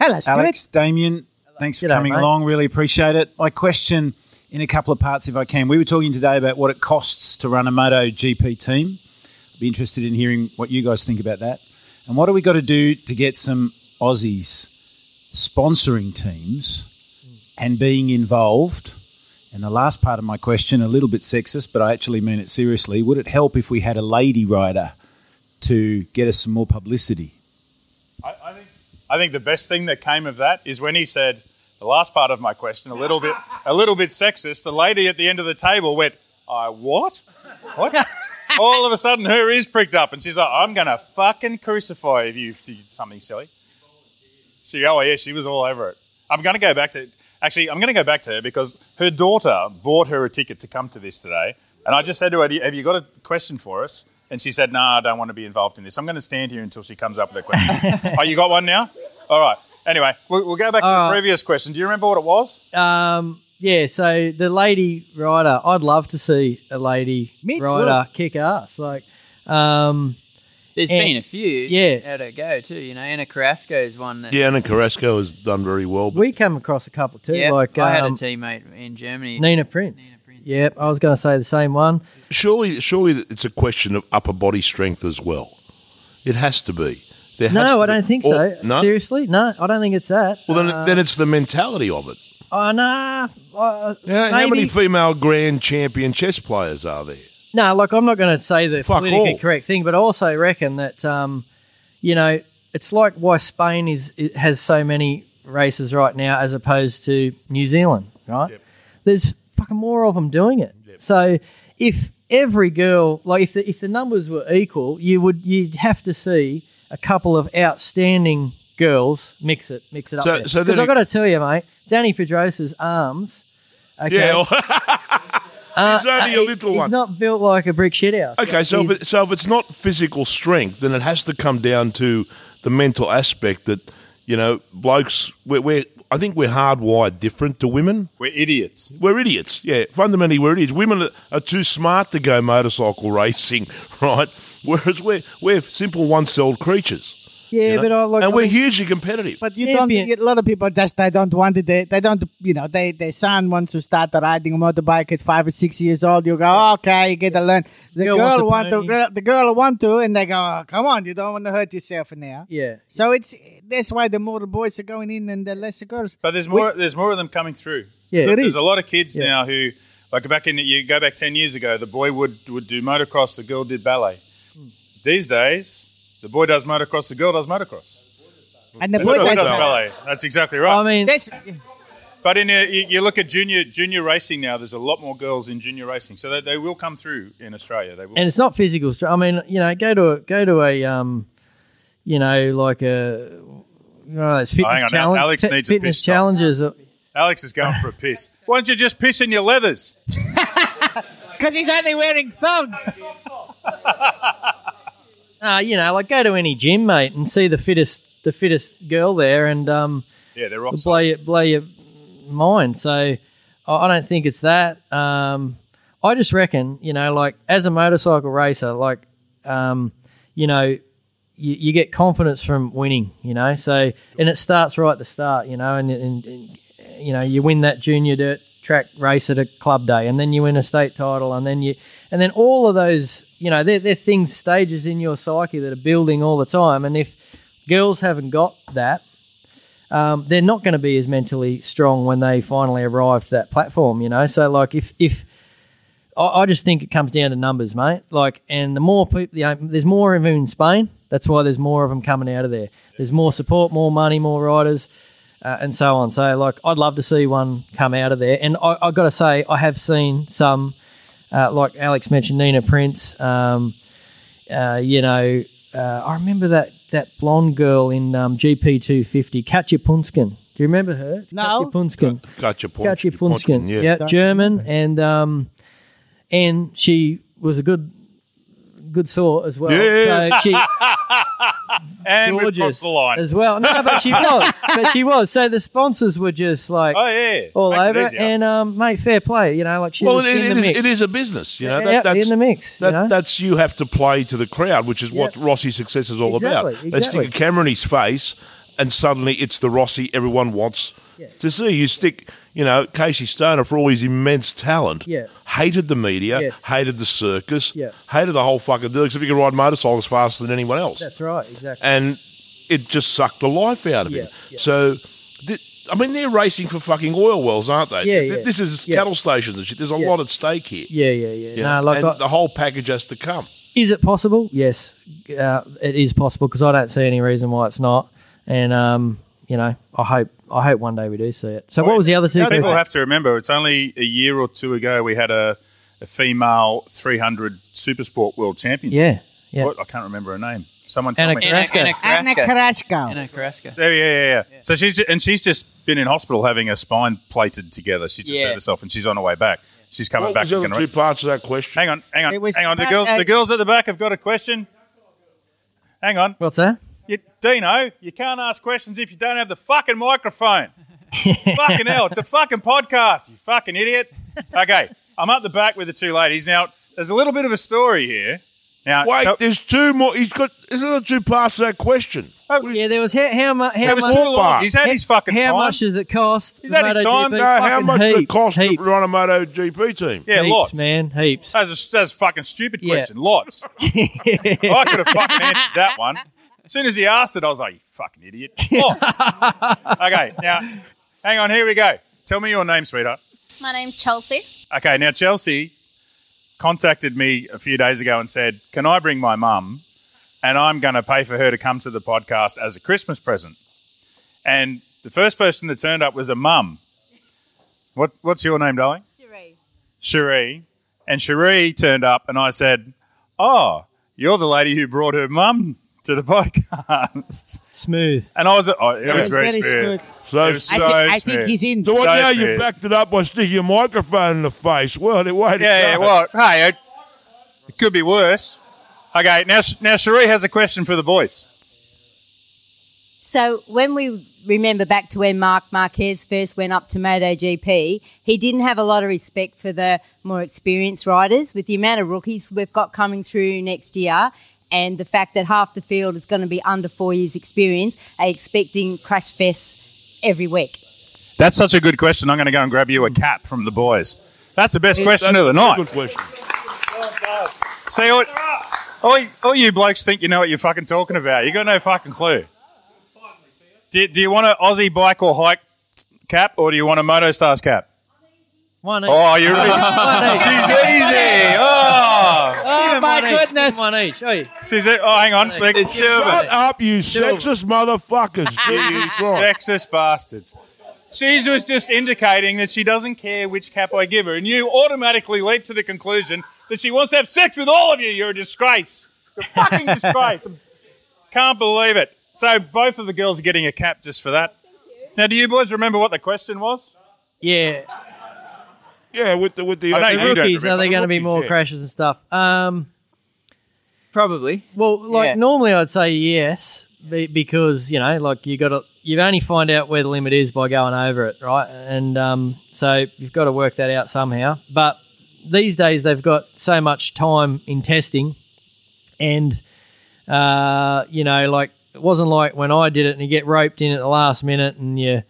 E: Hello, Stuart.
K: Alex, Damien, thanks for
D: G'day,
K: coming
D: mate.
K: along. Really appreciate it. My question in a couple of parts, if I can. We were talking today about what it costs to run a Moto GP team. I'd be interested in hearing what you guys think about that. And what do we got to do to get some Aussies sponsoring teams and being involved? And the last part of my question, a little bit sexist, but I actually mean it seriously. Would it help if we had a lady rider to get us some more publicity?
B: I, I think I think the best thing that came of that is when he said the last part of my question, a little bit a little bit sexist. The lady at the end of the table went, "I what? What?" All of a sudden, her ears pricked up, and she's like, "I'm gonna fucking crucify you if you did something silly." She, oh yeah, she was all over it. I'm gonna go back to actually, I'm gonna go back to her because her daughter bought her a ticket to come to this today, and I just said to her, "Do you- "Have you got a question for us?" And she said, "No, I don't want to be involved in this. I'm going to stand here until she comes up with a question." oh, you got one now? All right. Anyway, we'll, we'll go back to
D: All
B: the
D: right.
B: previous question. Do you remember what it was?
D: Um, yeah, so the lady rider, I'd love to see a lady
F: Me too.
D: rider kick ass. Like, um,
F: There's
D: and-
F: been a few
D: Yeah.
F: out of go too. You know, Anna Carrasco's one that
C: Yeah, and then Carrasco has done very well. But
D: We come across a couple too.
F: Yep,
D: like,
F: I had a
D: um,
F: teammate in Germany.
D: Nina Prince. Nina Prince. Yep, I was going to say the same one.
C: surely, surely it's a question of upper body strength as well. It has to be. There has
D: No,
C: to
D: I
C: be.
D: don't think
C: Or-
D: so.
C: No.
D: Seriously, Oh, no, I don't think it's that.
C: Well, then,
D: Uh,
C: then it's the mentality of it.
D: oh nah, uh,
C: Yeah, How many
D: maybe-
C: female grand champion chess players are there?
D: No, like I'm not going to say the
C: Fuck
D: politically
C: all.
D: correct thing, but I also reckon that um, you know it's like why Spain is it has so many races right now as opposed to New Zealand, right? There's fucking more of them doing it. So if every girl, like if the, if the numbers were equal, you would you'd have to see a couple of outstanding girls mix it mix it up.
C: So-
D: there.
C: so then
D: Because I
C: it-
D: got to tell you, mate, Danny Pedrosa's arms. Okay, uh,
C: He's only a
D: he-
C: oh, little
D: he's
C: one.
D: not built like a brick shit house.
C: Okay, so if,
D: He's-
C: it, so if it's not physical strength, then it has to come down to the mental aspect that you know, blokes. We're, we're I think we're hardwired different to women.
B: We're idiots.
C: We're idiots. Yeah, fundamentally, we're idiots. Women are, are too smart to go motorcycle racing, right? Whereas we're we're simple one-celled creatures,
D: yeah,
C: you know?
D: but I like.
C: and we're hugely competitive.
E: But you don't.
D: Ambient.
E: A lot of people just they don't want it. They, they don't. You know, they their son wants to start riding a motorbike at five or six years old. You go, okay, you gotta learn. The
D: Girl
E: girl,
D: wants a
E: want to.
D: pony.
E: Girl, the girl want to, and they go, oh, come on, you don't want to hurt yourself now.
D: Yeah.
E: So it's that's why the more the boys are going in and the less the girls.
B: But there's more. there's more of them coming through.
D: Yeah.
B: there's
D: There
E: is.
B: a lot of kids
D: Yeah.
B: now who, like back in, you go back ten years ago, the boy would would do motocross, the girl did ballet.
D: Hmm.
B: These days, the boy does motocross, the girl does motocross.
E: And the
B: The
E: boy
B: girl does
E: does
B: ballet. That's exactly right.
D: I mean,
E: That's
B: but in a, you, you look at junior junior racing now. There's a lot more girls in junior racing, so they, they will come through in Australia. They will.
D: and it's not physical. str- I mean, you know, go to a, go to a um, you know, like a you know those fitness
B: Oh, hang on,
D: challenge-
B: Alex
D: fit-
B: needs a
D: fitness
B: piss stop.
D: challenges. that-
B: Alex is going for a piss. Why don't you just piss in your leathers?
E: because he's only wearing thumbs.
D: Uh, you know, like go to any gym, mate, and see the fittest the fittest girl there, and um,
B: Yeah, they're rock
D: it'll blow your blow your mind. So I, I don't think it's that. Um, I just reckon, you know, like as a motorcycle racer, like um, you know, you, you get confidence from winning, you know. So and it starts right at the start, you know, and, and, and you know you win that junior dirt track race at a club day, and then you win a state title, and then you and then all of those, you know, they're, they're things stages in your psyche that are building all the time, and if girls haven't got that um, they're not going to be as mentally strong when they finally arrive to that platform, you know. So like if if I, I just think it comes down to numbers, mate. Like, and the more people, you know, there's more of them in Spain. That's why there's more of them coming out of there. There's more support, more money, more riders, uh, and so on. So like, I'd love to see one come out of there. And I, I got to say, I have seen some, uh, like Alex mentioned, Nina Prince. Um, uh, you know, uh, I remember that that blonde girl in um, GP two fifty, Katja Punskin. Do you remember her?
E: No.
D: Katja Punskin.
C: Gotcha,
D: Katja Punskin.
C: Yeah.
D: Yeah, German, and um, and she was a good good sort as well.
C: Yeah.
D: So she
B: And we've
D: gorgeous
B: crossed the line.
D: as well. No, but she was, but she was. So the sponsors were just like
B: oh yeah,
D: all
B: Makes it
D: over,
B: easier.
D: and um, mate, fair play. You know, like she
C: Well,
D: was
C: it,
D: in
C: it,
D: the
C: is,
D: mix.
C: it is a business, you know.
D: Yeah,
C: That, that's
D: in the mix, you
C: That,
D: know?
C: That's you have to play to the crowd, which is what Rossi's success is all about.
D: Exactly,
C: They stick a
D: exactly.
C: camera in his face, and suddenly it's the Rossi everyone wants to see. You stick, you know, Casey Stoner for all his immense talent.
D: Yeah.
C: hated the media,
D: Yes.
C: hated the circus,
D: Yeah.
C: hated the whole fucking deal. Except he could ride motorcycles faster than anyone else
D: That's right, exactly.
C: and it just sucked the life out of him.
D: Yeah, yeah.
C: So, th- I mean, they're racing for fucking oil wells, aren't they?
D: Yeah,
C: Th-
D: yeah.
C: This is
D: Yeah.
C: cattle stations and shit. There's a lot at stake here.
D: yeah, yeah, yeah.
C: you
D: No,
C: know,
D: like
C: and
D: I-
C: the whole package has to come.
D: Is it possible? Yes, uh, it is possible because I don't see any reason why it's not. And um, you know, I hope I hope one day we do see it. So what was the other two?
B: People
D: people?
B: have to remember it's only a year or two ago we had a, a female 300 Supersport World Champion.
D: yeah, yeah.
B: What? I can't remember her name. Someone tell me.
D: Anna Gra-
F: Anna,
D: Carrasco.
F: Anna
E: Anna
F: Carrasco.
E: Carrasco.
F: Anna Carrasco.
B: Yeah, yeah, yeah, yeah. So she's ju- and she's just been in hospital having her spine plated together. She just
F: Yeah.
B: hurt herself and she's on her way back. She's coming
C: What
B: back.
C: was the
B: and
C: other
B: gonna race.
C: two parts of that question?
B: Hang on, hang
E: It
B: on,
E: was
B: hang on. The
E: about
B: girls, the
E: eight.
B: girls at the back have got a question. Hang on.
D: What's that?
B: You, Dino, you can't ask questions if you don't have the fucking microphone. fucking hell, it's a fucking podcast, you fucking idiot. Okay, I'm up the back with the two ladies. Now, there's a little bit of a story here. Now,
C: Wait,
B: tell-
C: there's two more. He's got. There's another two parts to that question.
D: Yeah, there was how, how much? How
B: That Oh, was
D: much?
B: too long. He's had
D: how-
B: his fucking
D: How
B: time.
D: much does it cost?
B: He's had
D: the
B: his time.
D: MotoGP?
B: No,
C: Uh, how
D: Fucking
C: much did it
D: heaps,
C: cost to
D: heaps,
C: run a Moto GP team?
B: yeah,
D: heaps,
B: lots.
D: man, heaps.
B: That's a, that's a fucking stupid
D: Yeah.
B: question. Lots. I could have fucking answered that one. As soon as he asked it, I was like, you fucking idiot. Lots. okay, now, hang on. Here we go. Tell me your name, sweetheart.
L: My name's Chelsea.
B: Okay, now Chelsea contacted me a few days ago and said, "Can I bring my mum?" And I'm going to pay for her to come to the podcast as a Christmas present. And the first person that turned up was a mum. What, what's your name, darling?
L: Cherie.
B: Cherie. And Cherie turned up, and I said, "Oh, you're the lady who brought her mum to the podcast."
D: Smooth.
B: And I was, oh, it was very,
E: very
B: smooth.
E: smooth.
C: So,
B: It was
E: I,
B: so
E: thi- I
B: smooth.
E: think he's in.
C: so what,
B: so
C: now you
B: fair.
C: backed it up by sticking your microphone in the face. Well, it wait.
B: Yeah, yeah, well, hey, it, it could be worse. Okay, now now Cherie has a question for the boys.
L: So when we remember back to when Mark Marquez first went up to MotoGP, he didn't have a lot of respect for the more experienced riders. With the amount of rookies we've got coming through next year, and the fact that half the field is going to be under four years' experience, are expecting crash fests every week.
B: That's such a good question. I'm going to go and grab you a cap from the boys. That's the best question of the
C: Good
B: night.
C: question.
B: See, all, all, you- all you blokes think you know what you're fucking talking about. You got no fucking clue. Do, do you want an Aussie bike or hike cap, or do you want a MotoStars cap?
D: One each.
B: Oh, you're
D: each.
B: she's easy. Oh,
D: oh
F: my goodness.
D: One each. Hey,
B: she's e- oh, hang on, Slick.
F: It's silver.
C: Shut up, you sexist motherfuckers. Jesus Christ.
B: sexist bastards. She was just indicating that she doesn't care which cap I give her, and you automatically leap to the conclusion that she wants to have sex with all of you. You're a disgrace. You're a fucking disgrace. Can't believe it. So both of the girls are getting a cap just for that. Now, do you boys remember what the question was?
D: yeah.
C: Yeah, with the with the.
B: I know
C: uh,
B: you
C: the
B: don't
D: Rookies. Are
B: remember.
D: there going to be
C: Rookies,
D: more
C: yeah.
D: crashes and stuff? Um.
F: Probably.
D: Well, like
F: Yeah.
D: normally I'd say yes be- because you know, like you got to you only find out where the limit is by going over it, right? And um, so you've got to work that out somehow. But these days they've got so much time in testing, and uh, you know, like it wasn't like when I did it and you get roped in at the last minute and you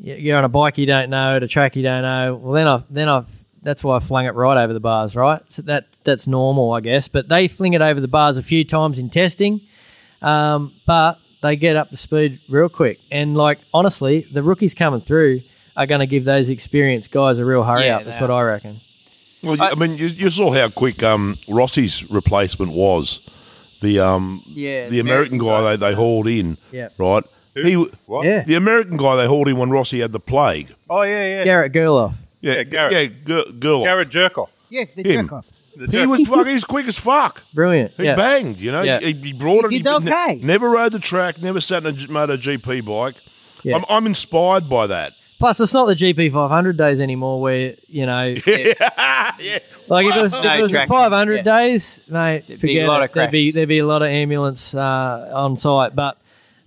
D: you- you're on a bike you don't know at a track you don't know. Well, then I then I that's why I flung it right over the bars, right? So that that's normal, I guess. But they fling it over the bars a few times in testing, um, but they get up to speed real quick. And like honestly, the rookies coming through are going to give those experienced guys a real hurry
F: Yeah,
D: up. That's
F: they
D: what I reckon.
C: Well, I, I mean, you, you saw how quick um, Rossi's replacement was. The um,
F: Yeah,
C: the American guy they, they hauled in,
D: Yeah.
C: right? He
B: What?
D: Yeah,
C: the American guy they hauled in when Rossi had the plague.
B: Oh, yeah, yeah.
D: Garrett Gerloff.
C: Yeah,
B: Garrett.
C: yeah, girl. girl.
B: Garrett Jerkoff.
E: Yes, the
C: Him.
E: jerk off.
B: The
C: He
B: jerk.
C: was fuck, he was quick as fuck.
D: Brilliant.
C: He
D: yeah.
C: banged, you know.
D: Yeah.
C: He, he brought it.
E: He did
C: ne-
E: okay.
C: never rode the track. Never sat in a motor GP bike.
D: Yeah.
C: I'm, I'm inspired by that.
D: Plus, it's not the GP 500 days anymore where, you know,
C: yeah.
D: Like if it was, if
F: No
D: it was
F: tracking,
D: 500
F: yeah.
D: days, mate,
F: There'd be a
D: forget
F: lot
D: it.
F: of
D: there'd be
F: crashes.
D: there'd be a lot of ambulance uh, on site, but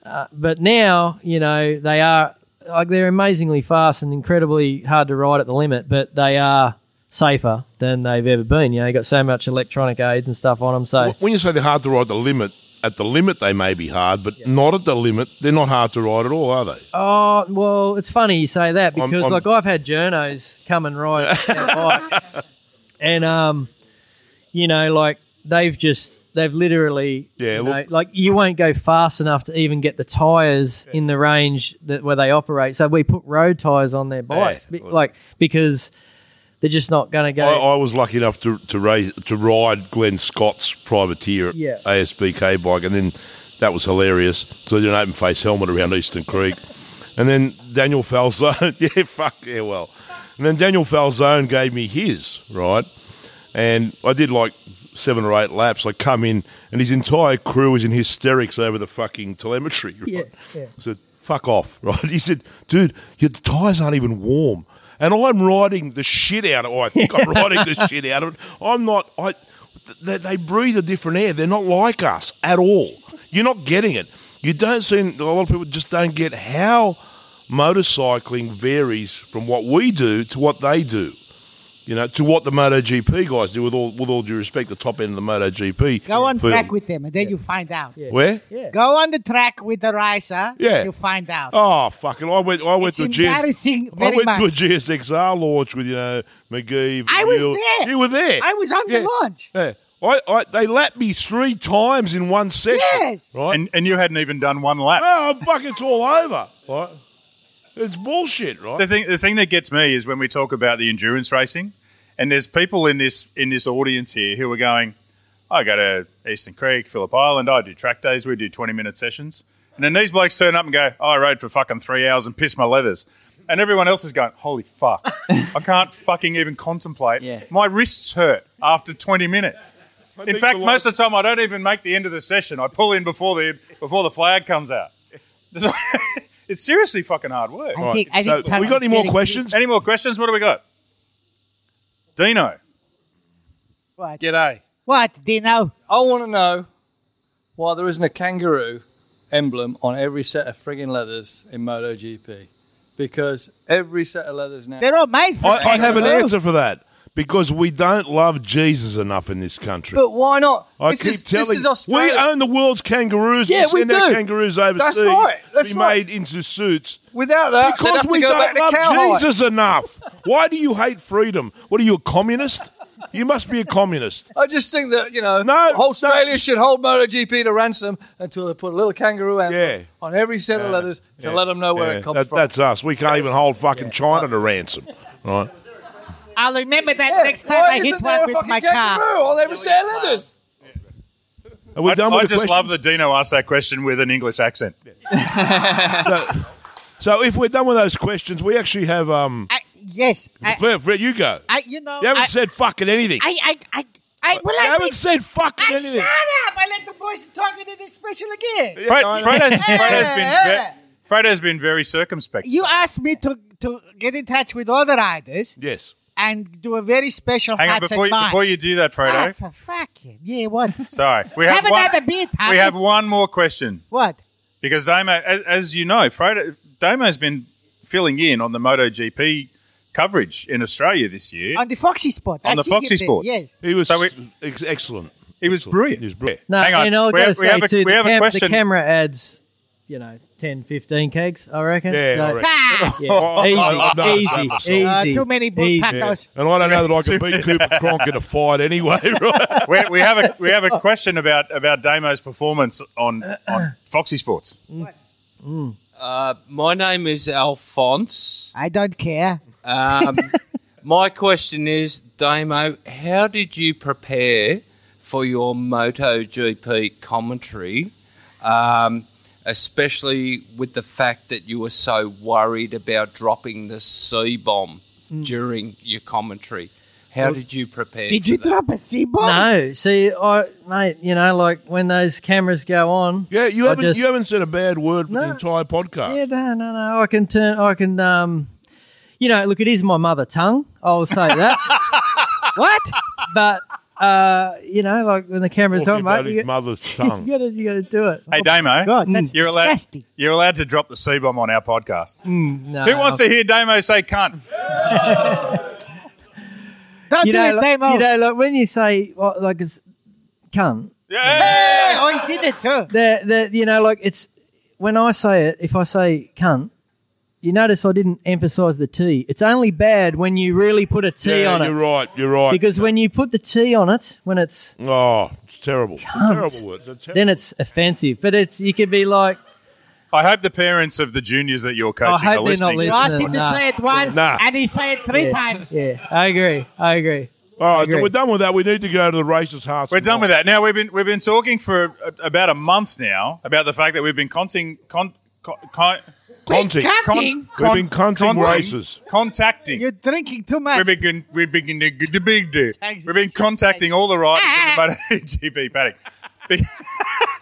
D: uh, but now you know they are like they're amazingly fast and incredibly hard to ride at the limit, but they are safer than they've ever been. You know, they got so much electronic aids and stuff on them, so
C: Wh- When you say they're hard to ride the limit, at the limit they may be hard, but not at the limit. They're not hard to ride at all, are they?
D: Oh well, it's funny you say that because
C: I'm-
D: like I've had journos come and ride our bikes, and um, you know, like they've just they've literally
C: Yeah,
D: you
C: look-
D: know, like you won't go fast enough to even get the tires in the range that where they operate. So we put road tires on their bikes, be-
C: look.
D: like because they're just not going to go.
C: I, I was lucky enough to to raise to ride Glenn Scott's privateer
D: Yeah.
C: ASBK bike, and then that was hilarious. So I did an open face helmet around Eastern Creek, and then Daniel Falzone, yeah, fuck yeah, well, and then Daniel Falzone gave me his right, and I did like seven or eight laps. I come in, and his entire crew was in hysterics over the fucking telemetry. Right?
D: Yeah, yeah.
C: I said, fuck off, right? He said, dude, your tyres aren't even warm. And I'm riding the shit out of it. I think I'm riding the shit out of it. I'm not, I, th- they, they breathe a different air. They're not like us at all. You're not getting it. You don't seem a lot of people just don't get how motorcycling varies from what we do to what they do. You know, to what the MotoGP guys do. With all with all due respect, the top end of the MotoGP.
E: Go on
C: field.
E: track with them, and then you find out.
C: Where?
E: Go on the track with the riser.
C: Yeah.
E: You find out.
C: Oh fucking! I went. I went
E: It's
C: to a
E: embarrassing
C: GS, I
E: very
C: went to a
E: much.
C: GSXR launch with you know McGee.
E: I was
C: Vanille.
E: there.
C: You were there.
E: I was on the launch.
C: Yeah. I, I, they lapped me three times in one session.
E: Yes.
C: Right.
B: And, and you hadn't even done one lap.
C: Oh, fuck! It's all over. Right. It's bullshit, right?
B: The thing, the thing that gets me is when we talk about the endurance racing, and there's people in this in this audience here who are going, I go to Eastern Creek, Phillip Island, I do track days, we do 20 minute sessions. And then these blokes turn up and go, "Oh, I rode for fucking three hours and pissed my leathers. And everyone else is going, holy fuck, I can't fucking even contemplate. My wrists hurt after 20 minutes. In fact, most of the time I don't even make the end of the session. I pull in before the before the flag comes out. it's seriously fucking hard work.
M: I think- I think Tubbs is getting pissed.
B: Any more questions? What do we got? Dino.
E: What?
G: G'day.
E: What, Dino?
G: I want to know why there isn't a kangaroo emblem on every set of friggin' leathers in MotoGP. Because every set of leathers now.
E: They're all made for
C: I, I have an
G: kangaroo.
C: answer for that because we don't love Jesus enough in this country.
G: But why not?
C: I
G: this
C: keep
G: is,
C: telling
G: This is Australia.
C: we own the world's kangaroos.
G: Yeah, we
C: send Our
G: do.
C: kangaroos overseas.
G: That's right. That's
C: be
G: right.
C: made into suits.
G: Without that, they'd
C: because
G: have to
C: we
G: go
C: don't
G: back to
C: love
G: cowhide.
C: Jesus enough. Why do you hate freedom? What are you a communist? You must be a communist.
G: I just think that you know,
C: No,
G: Australia should hold MotoGP to ransom until they put a little kangaroo emblem
C: Yeah.
G: on every set of leathers to let them know where
C: Yeah,
G: it comes
C: that-
G: from.
C: That's us. We can't even hold fucking China to ransom. Right.
E: I'll remember that next time
G: Why
E: I hit
G: isn't there
E: one
G: a
E: with
G: fucking
E: my
G: kangaroo
E: car.
G: on every set of leathers?
C: Are we
B: I,
C: done with
B: I
C: the
B: just
C: question?
B: love that Dino asked that question with an English accent.
C: So if we're done with those questions, we actually have um.
E: I, yes. I,
C: Fred, Fred, you go.
E: I, you know,
C: you haven't
E: I,
C: said fucking anything.
E: I, I, I, I, well,
C: you
E: I,
C: haven't
E: think-
C: said fucking
E: I
C: anything.
E: shut up. I let the boys talk into this special again.
B: Fred, Fred, has,
E: Hey,
B: Fred, has been
E: hey.
B: ve- Fred has been very circumspect.
E: You asked me to, to get in touch with all the riders
C: Yes.
E: and do a very special
B: Hang on,
E: hats
B: before
E: and
B: you,
E: mine.
B: before you do that,
E: ah,
B: Fredo.
E: for fucking yeah, what?
B: Sorry. We
E: Have
B: have, one,
E: another beer, Tommy.
B: we have one more question.
E: what?
B: Because Damo, as, as you know, Fredo, Damo's been filling in on the MotoGP coverage in Australia this year.
E: On the Foxy spot.
B: On
E: I
B: the
E: see him
B: Foxy
E: there,
B: Sports.
E: Yes.
C: He was
B: So we-
C: ex- excellent.
B: He was brilliant.
C: He was brilliant.
D: No,
B: Hang on.
D: and I've
B: We
D: got to
B: have- we
D: say
B: have a-
D: too,
B: we
D: the,
B: have a
D: cam- the
B: question.
D: camera adds, you know, 10, 15 kegs, I reckon.
C: Yeah, I
D: So-
C: reckon.
E: Ah,
D: yeah.
C: no,
D: easy,
C: no, no,
D: easy, easy,
E: uh, too many
D: easy.
E: potatoes.
C: And I don't know that I can beat Cooper Cronk in a fight anyway, right?
B: we, we have a we have a question about about Damo's performance on on Foxy Sports.
N: Uh, my name is Alphonse.
E: I don't care.
N: Um, my question is, Damo, how did you prepare for your MotoGP commentary, um, especially with the fact that you were so worried about dropping the C bomb during your commentary? How did you prepare?
E: Did
N: for
E: you
N: that?
E: drop a C bomb?
D: No, see, I mate, you know, like when those cameras go on.
C: Yeah, you
D: I
C: haven't
D: just-
C: you haven't said a bad word for the
D: No.
C: entire podcast.
D: Yeah, no, no, no. I can turn. I can. Um, you know, look, it is my mother tongue. I'll say that.
E: What?
D: but uh, you know, like when the camera's
C: Talking
D: on,
C: about
D: mate,
C: his
D: you, got-
C: mother's
D: you
C: tongue.
D: gotta, you gotta do it.
B: Hey Damo,
E: God, that's
B: you're allowed
E: disgusting.
B: you're allowed to drop the C bomb on our podcast.
D: No,
B: Who wants to hear Damo say cunt?
E: Don't
D: You
E: do
D: know,
E: it,
D: like,
E: Damo.
D: you know, like when you say well, like it's cunt.
B: Yeah.
E: oh, he did it too.
D: The the you know, like it's when I say it. If I say cunt. You notice I didn't emphasise the T. It's only bad when you really put a T
C: Yeah,
D: on it.
C: you're right. You're right.
D: Because when you put the T on it, when it's
C: oh, it's terrible. It's a terrible word. It's a terrible-
D: then it's offensive. But it's you could be like,
B: I hope the parents of the juniors that you're
D: I
B: coaching
D: hope
B: are
D: they're not
B: listening.
E: You
D: listening.
E: asked him to
D: Nah.
E: say it once,
C: Nah.
E: and he said it three
D: Yeah.
E: times.
D: Yeah, I agree. I agree.
C: All right, so
D: agree.
C: we're done with that. We need to go to the racist hearts.
B: We're done with that. Now we've been we've been talking for a, about a month now about the fact that we've been conting con, con, con,
C: Conting.
E: Cutting.
C: We've been conting races.
B: contacting.
E: You're drinking too much.
B: We've been, we've been, we've been,
E: Thanks.
B: we've been contacting all the riders in the MotoGP paddock. Be-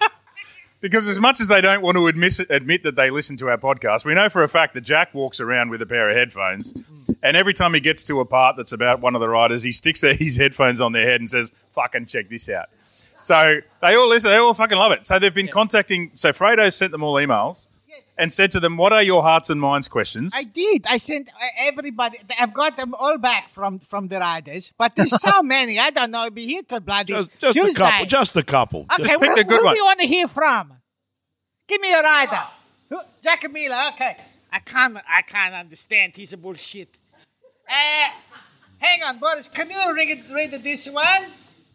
B: Because as much as they don't want to admit, admit that they listen to our podcast, we know for a fact that Jack walks around with a pair of headphones. And every time he gets to a part that's about one of the riders, he sticks their, his headphones on their head and says, fucking check this out. So they all listen. They all fucking love it. So they've been contacting. So Fredo sent them all emails and said to them, "What are your hearts and minds questions?"
E: I did. I sent uh, everybody. I've got them all back from from the riders, but there's so many. I don't know. It'll be here till bloody
C: Just, just a
E: Tuesday.
C: couple. Just a couple.
E: Okay,
C: just
E: who, who do you want to hear from? Give me a rider. Who- Jacamila, okay. I can't, I can't understand. He's a bullshit. Uh, hang on, Boris. Can you read, it- read this one?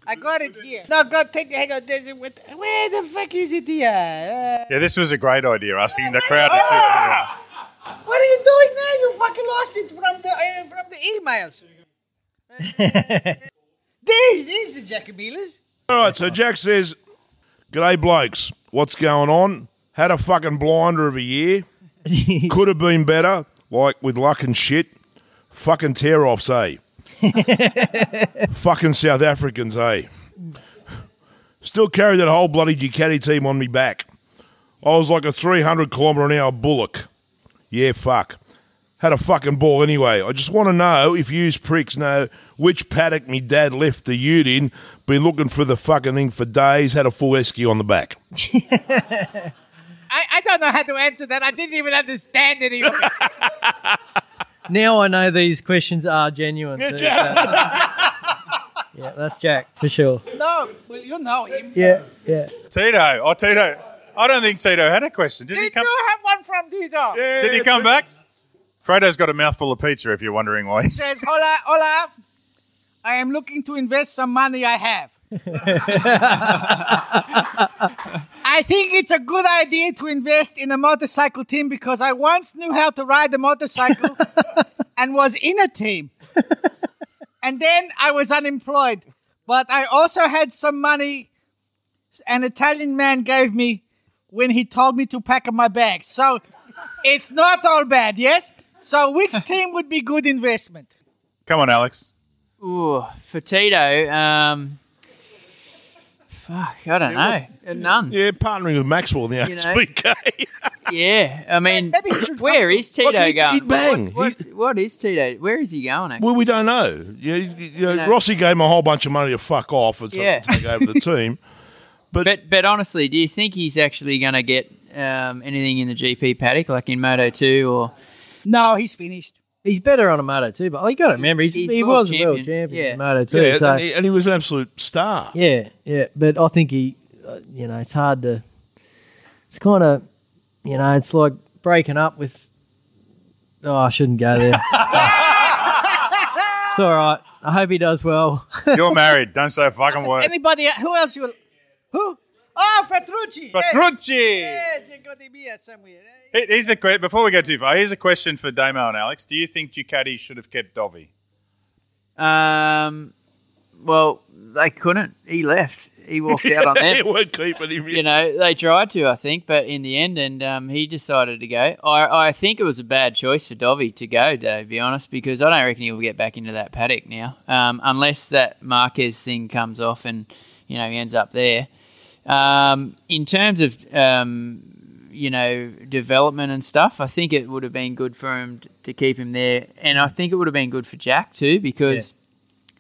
E: I got it here. No, go take it. Hang on. there's it with- Where the fuck is it here? Uh,
B: Yeah, this was a great idea. Asking the crowd. To
E: what are you doing now? You fucking lost it from the uh, from the emails. This, this is the Jacabilas.
C: All right, so Jack says, G'day, blokes. What's going on? Had a fucking blinder of a year. Could have been better, like with luck and shit. Fucking tear offs, eh? fucking South Africans, eh? Still carry that whole bloody Ducati team on me back. I was like a 300 kilometre an hour bullock. Yeah, fuck. Had a fucking ball anyway. I just want to know if yous pricks know which paddock me dad left the ute in. Been looking for the fucking thing for days. Had a full esky on the back.
E: I, I don't know how to answer that. I didn't even understand it. Even.
D: Now I know these questions are genuine. too. yeah, that's Jack for sure.
E: no, well, you know him.
D: Yeah, yeah.
B: Tito. Oh, Tito. I don't think Tito had a question. Did he
E: Did
B: come?
E: you have one from Tito?
B: Did he come back? Fredo's got a mouthful of pizza. If you're wondering why.
E: He says, "Hola, hola. I am looking to invest some money I have. I think it's a good idea to invest in a motorcycle team because I once knew how to ride a motorcycle and was in a team. And then I was unemployed, but I also had some money an Italian man gave me when he told me to pack up my bags. So it's not all bad, yes? So which team would be good investment?
B: Come on, Alex.
F: Ooh, for Tito, um, fuck, I don't know. None.
C: Yeah, partnering with Maxwell now.
F: You
C: You
F: know. Yeah, I mean, where is Tito
C: Look, he'd-
F: going?
C: he'd bang.
F: What, what- what is Tito? Where is he going? Actually?
C: Well, we don't know. Yeah, he's- you know,
F: You know.
C: Rossi gave him a whole bunch of money to fuck off and so
F: Yeah.
C: take over the team.
F: But, but honestly, do you think he's actually going to get um, anything in the GP paddock, like in Moto Two or?
E: No, he's finished.
D: He's better on a Moto too, but you got to remember he's,
F: He's
D: he
F: world
D: was a world
F: champion.
D: champion
F: Yeah.
D: in Moto too.
C: Yeah,
D: so
C: and, he, and he was an absolute star.
D: yeah, yeah. But I think he, uh, you know, it's hard to. It's kind of, you know, it's like breaking up with. Oh, I shouldn't go there. it's all right. I hope he does well.
B: You're married. Don't say a fucking word.
E: Anybody? Who else you? Who? Oh, Fatrucci.
B: Petrucci.
E: Yes, he got him here somewhere.
B: Here- Here's a que- before we go too far. Here's a question for Damo and Alex. Do you think Ducati should have kept Dovi?
F: Um, well, they couldn't. He left. He walked out on
C: He
F: that.
C: won't keep any.
F: you know, they tried to, I think, but in the end, and um, he decided to go. I, I think it was a bad choice for Dovey to go, though, to be honest, because I don't reckon he'll get back into that paddock now, um, unless that Marquez thing comes off and, you know, he ends up there. Um, in terms of, um, you know, development and stuff, I think it would have been good for him t- to keep him there. And I think it would have been good for Jack, too, because.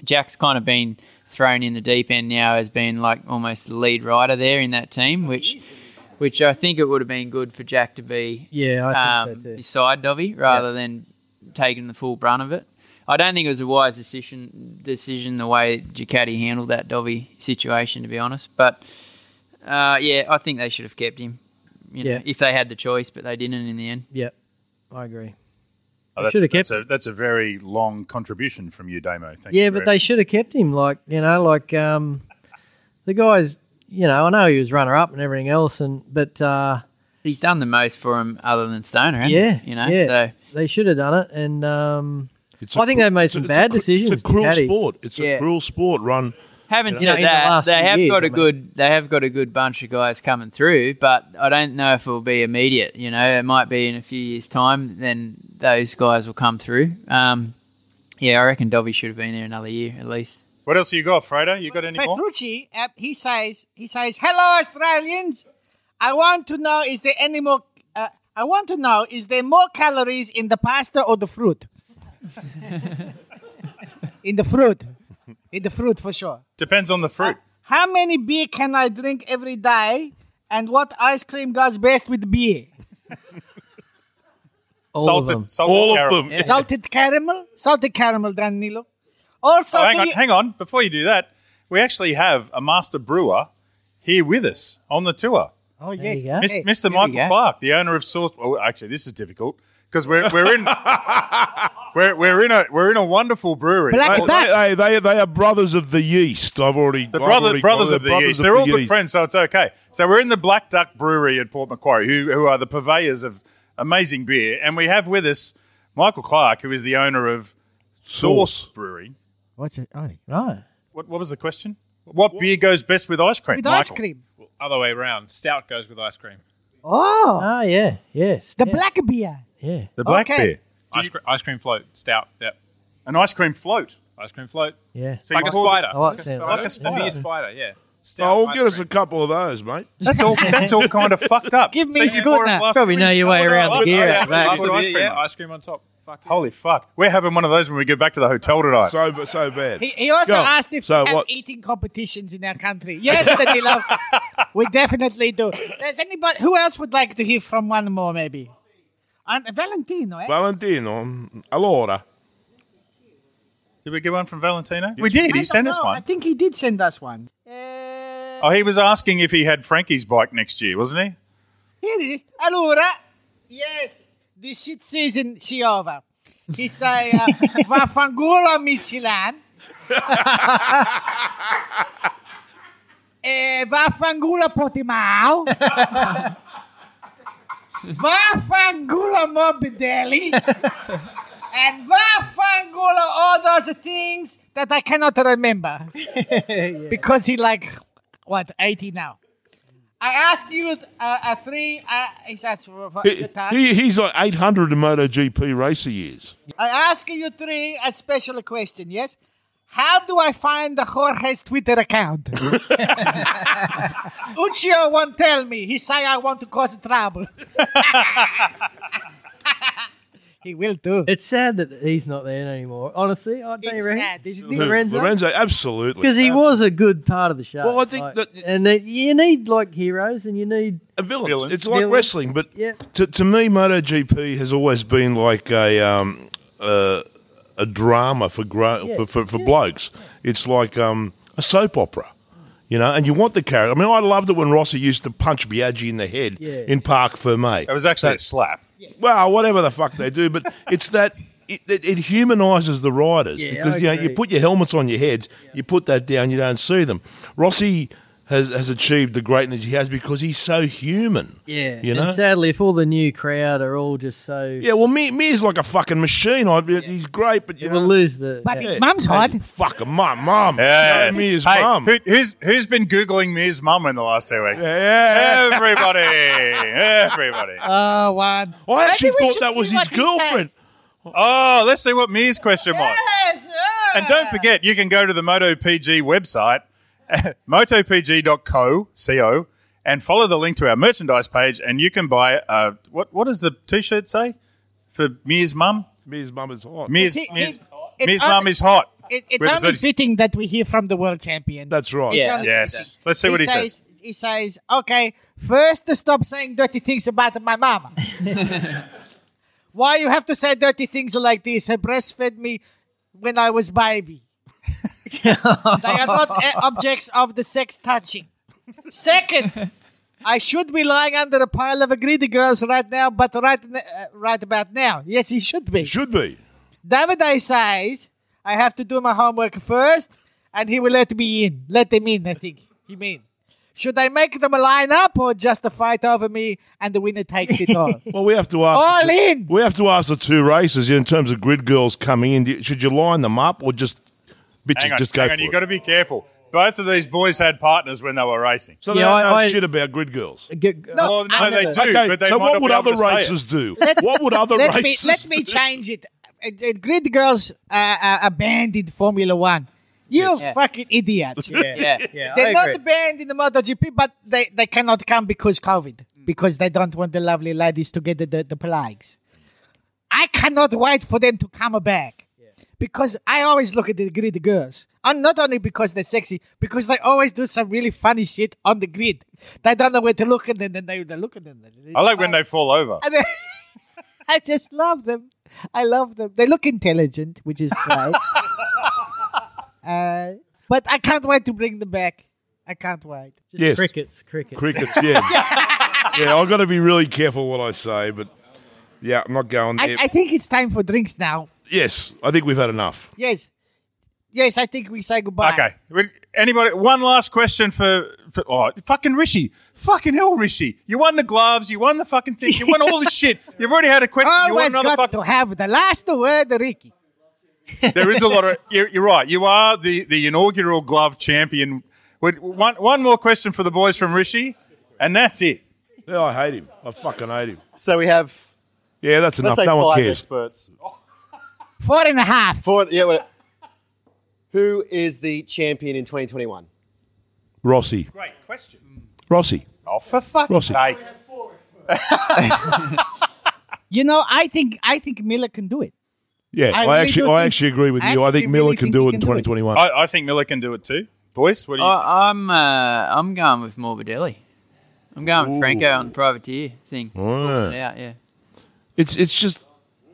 F: Jack's kind of been thrown in the deep end now as being like almost the lead rider there in that team, which which I think it would have been good for Jack to be
D: Yeah, I
F: Um,
D: think so too.
F: beside Dovey rather than taking the full brunt of it. I don't think it was a wise decision decision the way Ducati handled that Dovey situation to be honest, but uh, yeah, I think they should have kept him. You know,
D: Yeah.
F: if they had the choice, but they didn't in the end.
D: Yep, I agree.
B: Oh,
D: They
B: that's,
D: should have
B: that's
D: kept
B: a, that's a very long contribution from you, Damo. Thank
D: yeah,
B: you
D: but
B: very-
D: they should have kept him. Like you know, like um, the guys. You know, I know he was runner up and everything else, and but uh,
F: He's done the most for him other than Stoner, hasn't he?
D: yeah,
F: You know,
D: yeah,
F: so
D: they should have done it. And um,
C: It's
D: I
C: a
D: think
C: cru-
D: they made
C: it's a-
D: some
C: it's a
D: bad
C: cru-
D: decisions.
C: It's a cruel
D: Ducati.
C: sport. It's
F: Yeah.
C: a cruel sport run.
F: Having
D: You
F: said
D: know, in the
F: that,
D: last
F: they
D: few
F: have
D: years,
F: got a
D: I mean.
F: good they have got a good bunch of guys coming through, but I don't know if it will be immediate. You know, it might be in a few years' time. Then those guys will come through. Um, yeah, I reckon Dovey should have been there another year at least.
B: What else you got, Fredo? You got any more?
E: Petrucci, uh, he says, he says, "Hello, Australians. I want to know is there any more? Uh, I want to know is there more calories in the pasta or the fruit? in the fruit, in the fruit for sure.
B: Depends on the fruit.
E: How many beer can I drink every day? And what ice cream goes best with beer?
B: All salted, of them. Salted All caramel.
E: Yeah. Salted caramel? Salted caramel, Danilo. Also,
B: Oh, hang
E: do
B: on,
E: you-
B: hang on. Before you do that, we actually have a master brewer here with us on the tour.
E: Oh, yes.
B: Mis-
E: Hey,
B: Mr. Michael Clark, the owner of Source. Oh, actually, this is difficult because we're we're in we're, we're in a we're in a wonderful brewery.
C: They-
B: oh,
C: they, they, they are brothers of the yeast. I've already
B: The
C: I've
B: brother,
C: already-
B: brothers of the yeast. They're all good friends, so it's okay. So we're in the Black Duck Brewery at Port Macquarie, who, who are the purveyors of amazing beer, and we have with us Michael Clark, who is the owner of Source,
E: Source.
B: Brewery.
E: What's it? Oh,
D: right.
B: What, what was the question? What, beer goes best with ice cream?
E: With ice
B: Michael?
E: cream.
H: Other way around. Stout goes with ice cream.
E: Oh.
D: Ah, yeah. Yes.
E: The black beer.
D: Yeah.
B: The black beer.
H: Ice, cre- ice cream float. Stout. Yep.
B: An ice cream float.
H: Ice cream float.
D: Yeah.
H: Like a spider. Like a spider.
B: Like a
H: It'd be
B: spider.
H: a spider, yeah. Stout
C: Oh,
H: ice
C: get us a couple of those, mate.
B: That's all. That's all kind of fucked up.
H: Give me
B: you
H: Scoot
B: bought it
H: now.
B: last
D: Probably
B: week,
D: know your
B: Scoot.
D: way around the
B: Last
D: gear
B: week,
D: after that.
B: last week,
H: cream.
B: ice cream.
H: yeah, ice cream on top. Fuck.
B: Holy fuck! We're having one of those when we get back to the hotel tonight.
C: So so bad.
E: He, he also
B: Go.
E: asked if
B: So
E: we have
B: what-
E: eating competitions in our country. Yes, Danilo. we definitely do. Does anybody, who else would like to hear from one more, maybe? And Valentino, eh?
C: Valentino, allora.
B: Did we get one from Valentino? We did.
E: I
B: He
E: don't
B: sent us
E: know.
B: one.
E: I think he did send us one.
B: Oh, he was asking if he had Frankie's bike next year, wasn't he?
E: Here it is. Allora, yes, the shit season she over. He say, uh, vaffanculo Michelin. eh, vaffanculo Portimao. vaffanculo Morbidelli. and vaffanculo all those things that I cannot remember. Because he like, what, 80 now. I ask you uh, a three. Uh, is that for for
C: He,
E: the time?
C: he- he's like 800 in MotoGP race he is.
E: I ask you three a special question. Yes. How do I find the Jorge's Twitter account? Uccio won't tell me. He say I want to cause trouble. he will too.
D: It's sad that he's not there anymore. Honestly, I don't
E: It's
D: reckon.
E: sad, isn't
C: Who,
E: it?
D: Lorenzo?
C: absolutely.
D: Because he was a good part of the show.
C: Well, I think
D: Like,
C: that-
D: and that you need like heroes, and you need
C: a villain. It's like
D: Villains.
C: wrestling, but
D: Yeah.
C: to, to me, MotoGP has always been like a um, uh, a drama for gro-
G: Yeah.
C: for, for, for blokes. It's like um, a soap opera, you know. And you want the character. I mean, I loved it when Rossi used to punch Biaggi in the head
G: Yeah.
C: in Parc Fermé. It
B: was actually a slap.
C: Well, whatever the fuck they do, but it's that. It, it, it humanises the riders
G: Yeah,
C: because
G: I
C: you know you
G: agree.
C: put your helmets on your heads, you put that down, you don't see them. Rossi has has achieved the greatness he has because he's so human.
D: yeah.
C: You know?
D: And sadly, if all the new crowd are all just so,
C: Yeah, well, me Mir's like a fucking machine. I, He's great, but you
D: we'll lose the.
E: But his mum's hot.
C: Fuck my mum.
B: Yes.
C: No, Mir's
B: hey,
C: mum.
B: Who, who's who's been googling Mir's mum in the last two weeks?
C: Yeah.
B: Everybody, everybody.
E: Oh, one.
C: I
B: actually
E: Maybe we thought should that was see his what he girlfriend. Oh.
B: Oh, let's see what Mir's question was.
E: Yes. uh,
B: And don't forget, you can go to the MotoPG website, motopg.co, co, and follow the link to our merchandise page, and you can buy uh, what what does the t-shirt say for Mir's mum?
C: Mir's mum is hot.
B: Mir's,
E: It's-
B: Mir's,
E: it's
B: Mir's
E: on-
B: mum is hot.
E: It, it's
B: With a
E: only
B: zit-
E: fitting that we hear from the world champion.
C: That's right.
E: It's only fitting.
B: Yes. Let's see what he says.
E: He says, okay, first stop saying dirty things about my mama. Why you have to say dirty things like this? He breastfed me when I was baby. they are not uh, objects of the sex touching. Second, I should be lying under a pile of greedy girls right now, but right n- uh, right about now, yes, he should be.
C: Should be.
E: Davide says I have to do my homework first, and he will let me in. Let them in, I think. He mean. Should I make them a line up or just a fight over me and the winner takes it all?
C: Well, we have to ask.
E: All in.
C: We have to ask the two races in terms of grid girls coming in. do you- Should you line them up or just bitches
B: Hang on,
C: just go
B: hang
C: for
B: on.
C: it?
B: You've got to be careful. Both of these boys had partners when they were racing.
C: so they
D: Yeah,
C: don't
D: I-
C: know
D: I-
C: shit about grid girls.
D: No,
B: Well, no, they do,
C: Okay,
B: but they
C: so
B: might
C: what
B: not
C: would
B: be able
C: other
B: to say
C: races
B: it.
C: do?
E: Let-
C: what would other
E: let me,
C: races?
E: let me change it. Uh, uh, grid girls uh, uh, abandoned Formula One. You
D: Yes.
E: fucking idiots.
D: yeah, yeah. I
E: They're
D: agree.
E: not banned in the MotoGP, but they, they cannot come because COVID,
D: Mm.
E: because they don't want the lovely ladies to get the, the, the plagues. I cannot wait for them to come back because I always look at the greedy girls. and not only because they're sexy, because they always do some really funny shit on the grid. They don't know where to look, and then then they, they look at them.
B: I like when they fall over.
E: And then- I just love them. I love them. They look intelligent, which is right. uh, but I can't wait to bring them back. I can't wait.
C: Just Yes.
D: Crickets, crickets.
C: Crickets, yeah. yeah, I've got to be really careful what I say, but yeah, I'm not going
E: I,
C: there.
E: I think it's time for drinks now.
C: yes, I think we've had enough.
E: Yes. Yes, I think we say goodbye.
B: Okay. Would- Anybody? One last question for, for oh fucking Rishi, fucking hell Rishi! You won the gloves, you won the fucking thing, you won all this shit. You've already had a question. you won
E: Always
B: another
E: got
B: fucking.
E: to have the last word, Ricky.
B: There is a lot of. You're, you're right. You are the the inaugural glove champion. Would- One one more question for the boys from Rishi, and that's it.
C: Yeah, I hate him. I fucking hate him.
I: So we have.
C: Yeah,
I: Let's
C: that's enough.
I: say
C: No one
I: five
C: cares.
I: experts.
E: Four and a half.
I: Four. Yeah. Well, who is the champion in 2021?
C: Rossi.
B: Great question.
C: Rossi.
B: Oh, for fuck's sake!
E: You know, I think I think Miller can do it.
B: I
C: Yeah, I,
B: really
C: actually
B: do
C: I
B: think-
C: actually agree with
B: I
C: you. I
B: actually
C: think Miller
B: really
C: can
B: think
C: do
B: he
C: it in
B: can do it.
C: 2021.
B: I, I think Miller can do it too. Boys, what do you?
F: I, I'm uh, I'm going with Morbidelli. I'm going with Franco on the privateer thing.
C: Wow.
F: Yeah, yeah.
C: It's it's just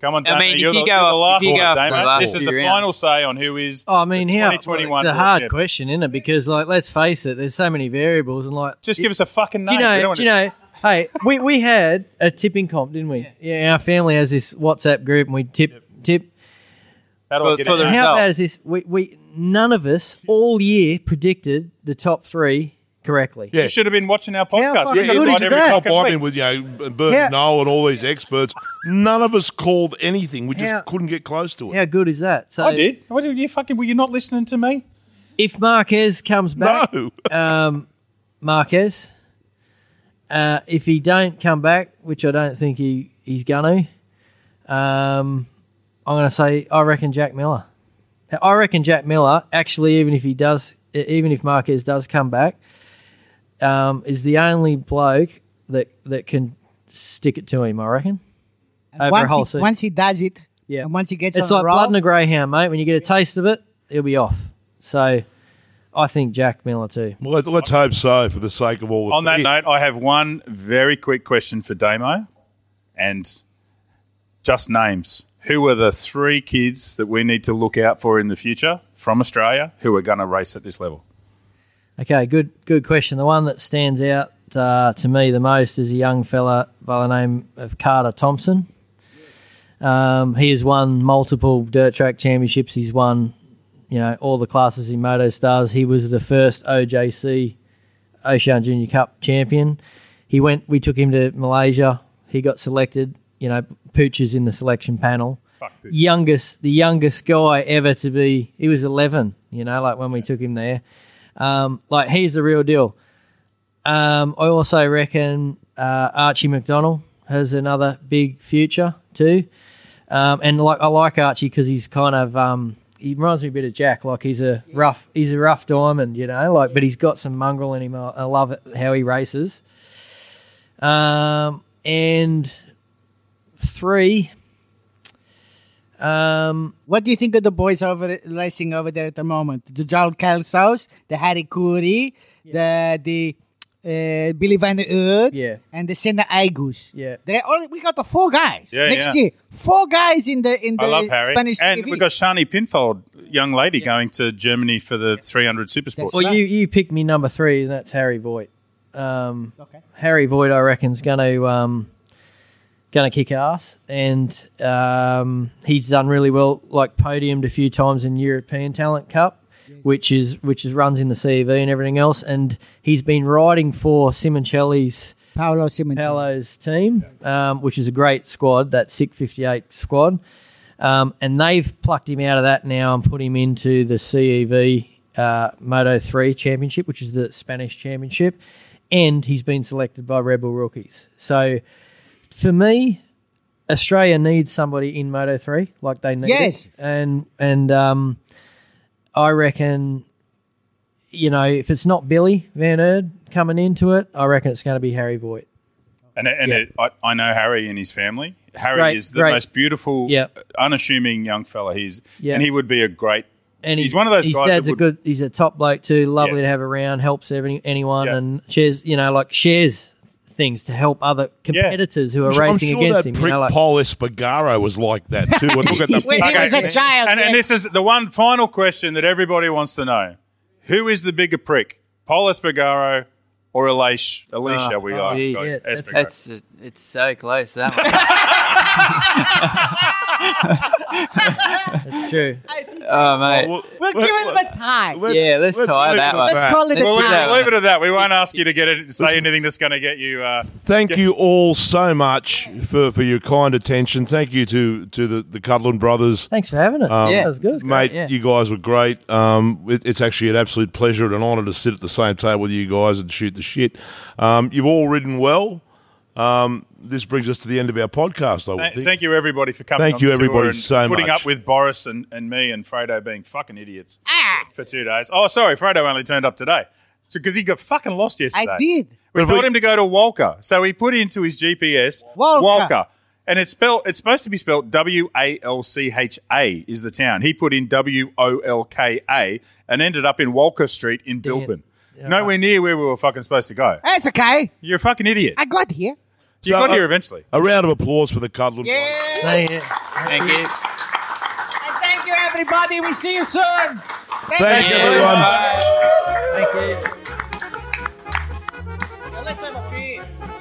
B: Come on,
F: I
B: Damo,
F: mean, if
B: you're,
F: you
B: the,
F: go
B: you're the
F: up-
B: last
F: if you
B: one,
F: go up
B: Damo.
F: the last
B: This is the
F: few
B: final say on who is.
D: Oh, I mean,
B: the
D: how?
B: 2021
D: it's a hard
B: champion.
D: question, isn't it? Because, like, let's face it, there's so many variables, and like,
B: Just give us a fucking
D: Do you
B: name. We
D: know?
B: don't
D: Do you know? Hey, we, we had a tipping comp, didn't we? Yeah. Our family has this WhatsApp group, and we tip tip.
B: How do I get out?
D: And how bad is this? We, we none of us all year predicted the top three correctly.
C: Yeah.
B: You should have been watching our podcast.
D: fucking
B: You got
D: good
B: it right
D: is
B: every
D: that?
B: fucking
C: I've
B: week.
C: been with you know Bert
D: Yeah.
C: Noel and all these experts. None of us called anything. We just
D: How-
C: couldn't get close to it.
D: How good is that? So
B: I did. What did you fucking? Were you not listening to me?
D: If Marquez comes back,
C: No.
D: um, Marquez. Uh, if he don't come back, which I don't think he, he's gonna, um, I'm gonna say I reckon Jack Miller. I reckon Jack Miller actually, even if he does, e, even if Marquez does come back, um, is the only bloke that that can stick it to him. I reckon. Over
E: once,
D: a whole
E: he,
D: season.
E: once he does it, yeah. and once he gets
D: It's
E: on
D: like
E: a roll,
D: blood and a greyhound, mate. When you get a taste of it, it'll be off. So, I think Jack Miller too.
C: Well, let- let's hope so for the sake of all. the-
B: On that
C: Yeah.
B: note, I have one very quick question for Damo, and just names. Who are the three kids that we need to look out for in the future from Australia who are going to race at this level?
D: Okay, good good question. The one that stands out uh, to me the most is a young fella by the name of Carter Thompson. Um, he has won multiple dirt track championships. He's won, you know, all the classes in Moto Stars. He was the first OJC Ocean Junior Cup champion. He went. We took him to Malaysia. He got selected. You know, Pooch is in the selection panel. youngest, the youngest guy ever to be. He was eleven. You know, like when we took him there. Um, like he's the real deal. Um, I also reckon uh, Archie McDonald has another big future too. Um, and like I like Archie because he's kind of um, he reminds me a bit of Jack. Like he's a rough he's a rough diamond, you know. Like, but he's got some mongrel in him. I, I love it, how he races. Um, and three. Um,
E: what do you think of the boys over racing over there at the moment? The Joel Kelsos, the Harry Curry, the the uh, Billy Van Oud,
D: Yeah.
E: and the Senna Agus.
D: Yeah,
E: they all we got the four guys
B: Yeah,
E: next
B: yeah.
E: year. Four guys in the in the
B: I love Harry.
E: Spanish
B: and
E: TV.
B: we've got Shani Pinfold, young lady, going to Germany for the 300 Supersport.
D: Well, you you picked me number three, and that's Harry Voigt. Um, Harry Voigt, I reckon, is going to um, going to kick ass, and um, he's done really well. Like podiumed a few times in European Talent Cup, which is which is runs in the CV and everything else, and he's been riding for Simoncelli's
E: Paolo Simoncelli.
D: Paolo's team, um, which is a great squad, that Sick 58 squad. Um, and they've plucked him out of that now and put him into the CEV uh, Moto 3 Championship, which is the Spanish Championship. And he's been selected by Rebel Rookies. So for me, Australia needs somebody in Moto 3 like they need. it.
E: Yes.
D: And, and um, I reckon you know, if it's not Billy Van Erd coming into it, I reckon it's going to be Harry Voigt.
B: And, and it, I, I know Harry and his family. Harry
D: Great,
B: is the
D: great.
B: most beautiful,
D: Yeah.
B: unassuming young fella. He's
D: Yeah.
B: and he would be a great
D: and
B: He's one of those
D: His
B: guys that
D: dad's a
B: would-
D: good. He's a top bloke too. Lovely to have around. Helps every, anyone and shares. You know, like shares things to help other competitors who are
C: I'm sure-
D: racing
C: I'm sure
D: against
C: that
D: him.
C: prick
D: you know, like,
C: Paul Espargaro was like that too. And look at the
E: When he was a child,
B: And, and
E: yeah.
B: this is the one final question that everybody wants to know: Who is the bigger prick, Paul Espargaro or Alish?
C: Ah,
B: Alicia, we
C: oh,
B: are.
F: yeah, that's, that's it's so close that one.
D: That's true.
F: Oh mate,
E: We'll give it a tie.
F: yeah, let's, tie that one.
E: Let's call it a
B: We'll leave,
E: tie.
B: it- leave it at that. We won't ask you to get it, say anything that's going to get you. Uh,
C: Thank you all so much for, for your kind attention. Thank you to to the, the Cudlin brothers.
D: Thanks for having us. Yeah, that was good. It was great,
C: Um, mate.
D: yeah.
C: You guys were great. Um, it, it's actually an absolute pleasure and an honour to sit at the same table with you guys and shoot the shit. Um, you've all ridden well. Um, this brings us to the end of our podcast. I would
B: th-
C: think.
B: thank you everybody for coming.
C: Thank
B: on
C: you
B: the tour
C: everybody
B: and
C: so
B: putting
C: much.
B: up with Boris and, and me and Fredo being fucking idiots
E: Ah.
B: for two days. Oh, sorry, Fredo only turned up today because he got fucking lost yesterday.
E: I did.
B: We told him to go to Walker, so he put into his GPS
E: Walker.
B: Walker. And it's spelled. It's supposed to be spelled W A L C H A is the town. He put in W O L K A and ended up in Walker Street in Bilpin, nowhere near where we were fucking supposed to go.
E: That's okay.
B: You're a fucking idiot.
E: I got here.
B: You
C: So,
B: got
C: uh,
B: here eventually.
C: A round of applause for the Cudlin
D: Thank you.
F: Thank you.
E: And thank you, everybody. We see you soon.
C: Thanks, everyone.
E: Now let's have a beer.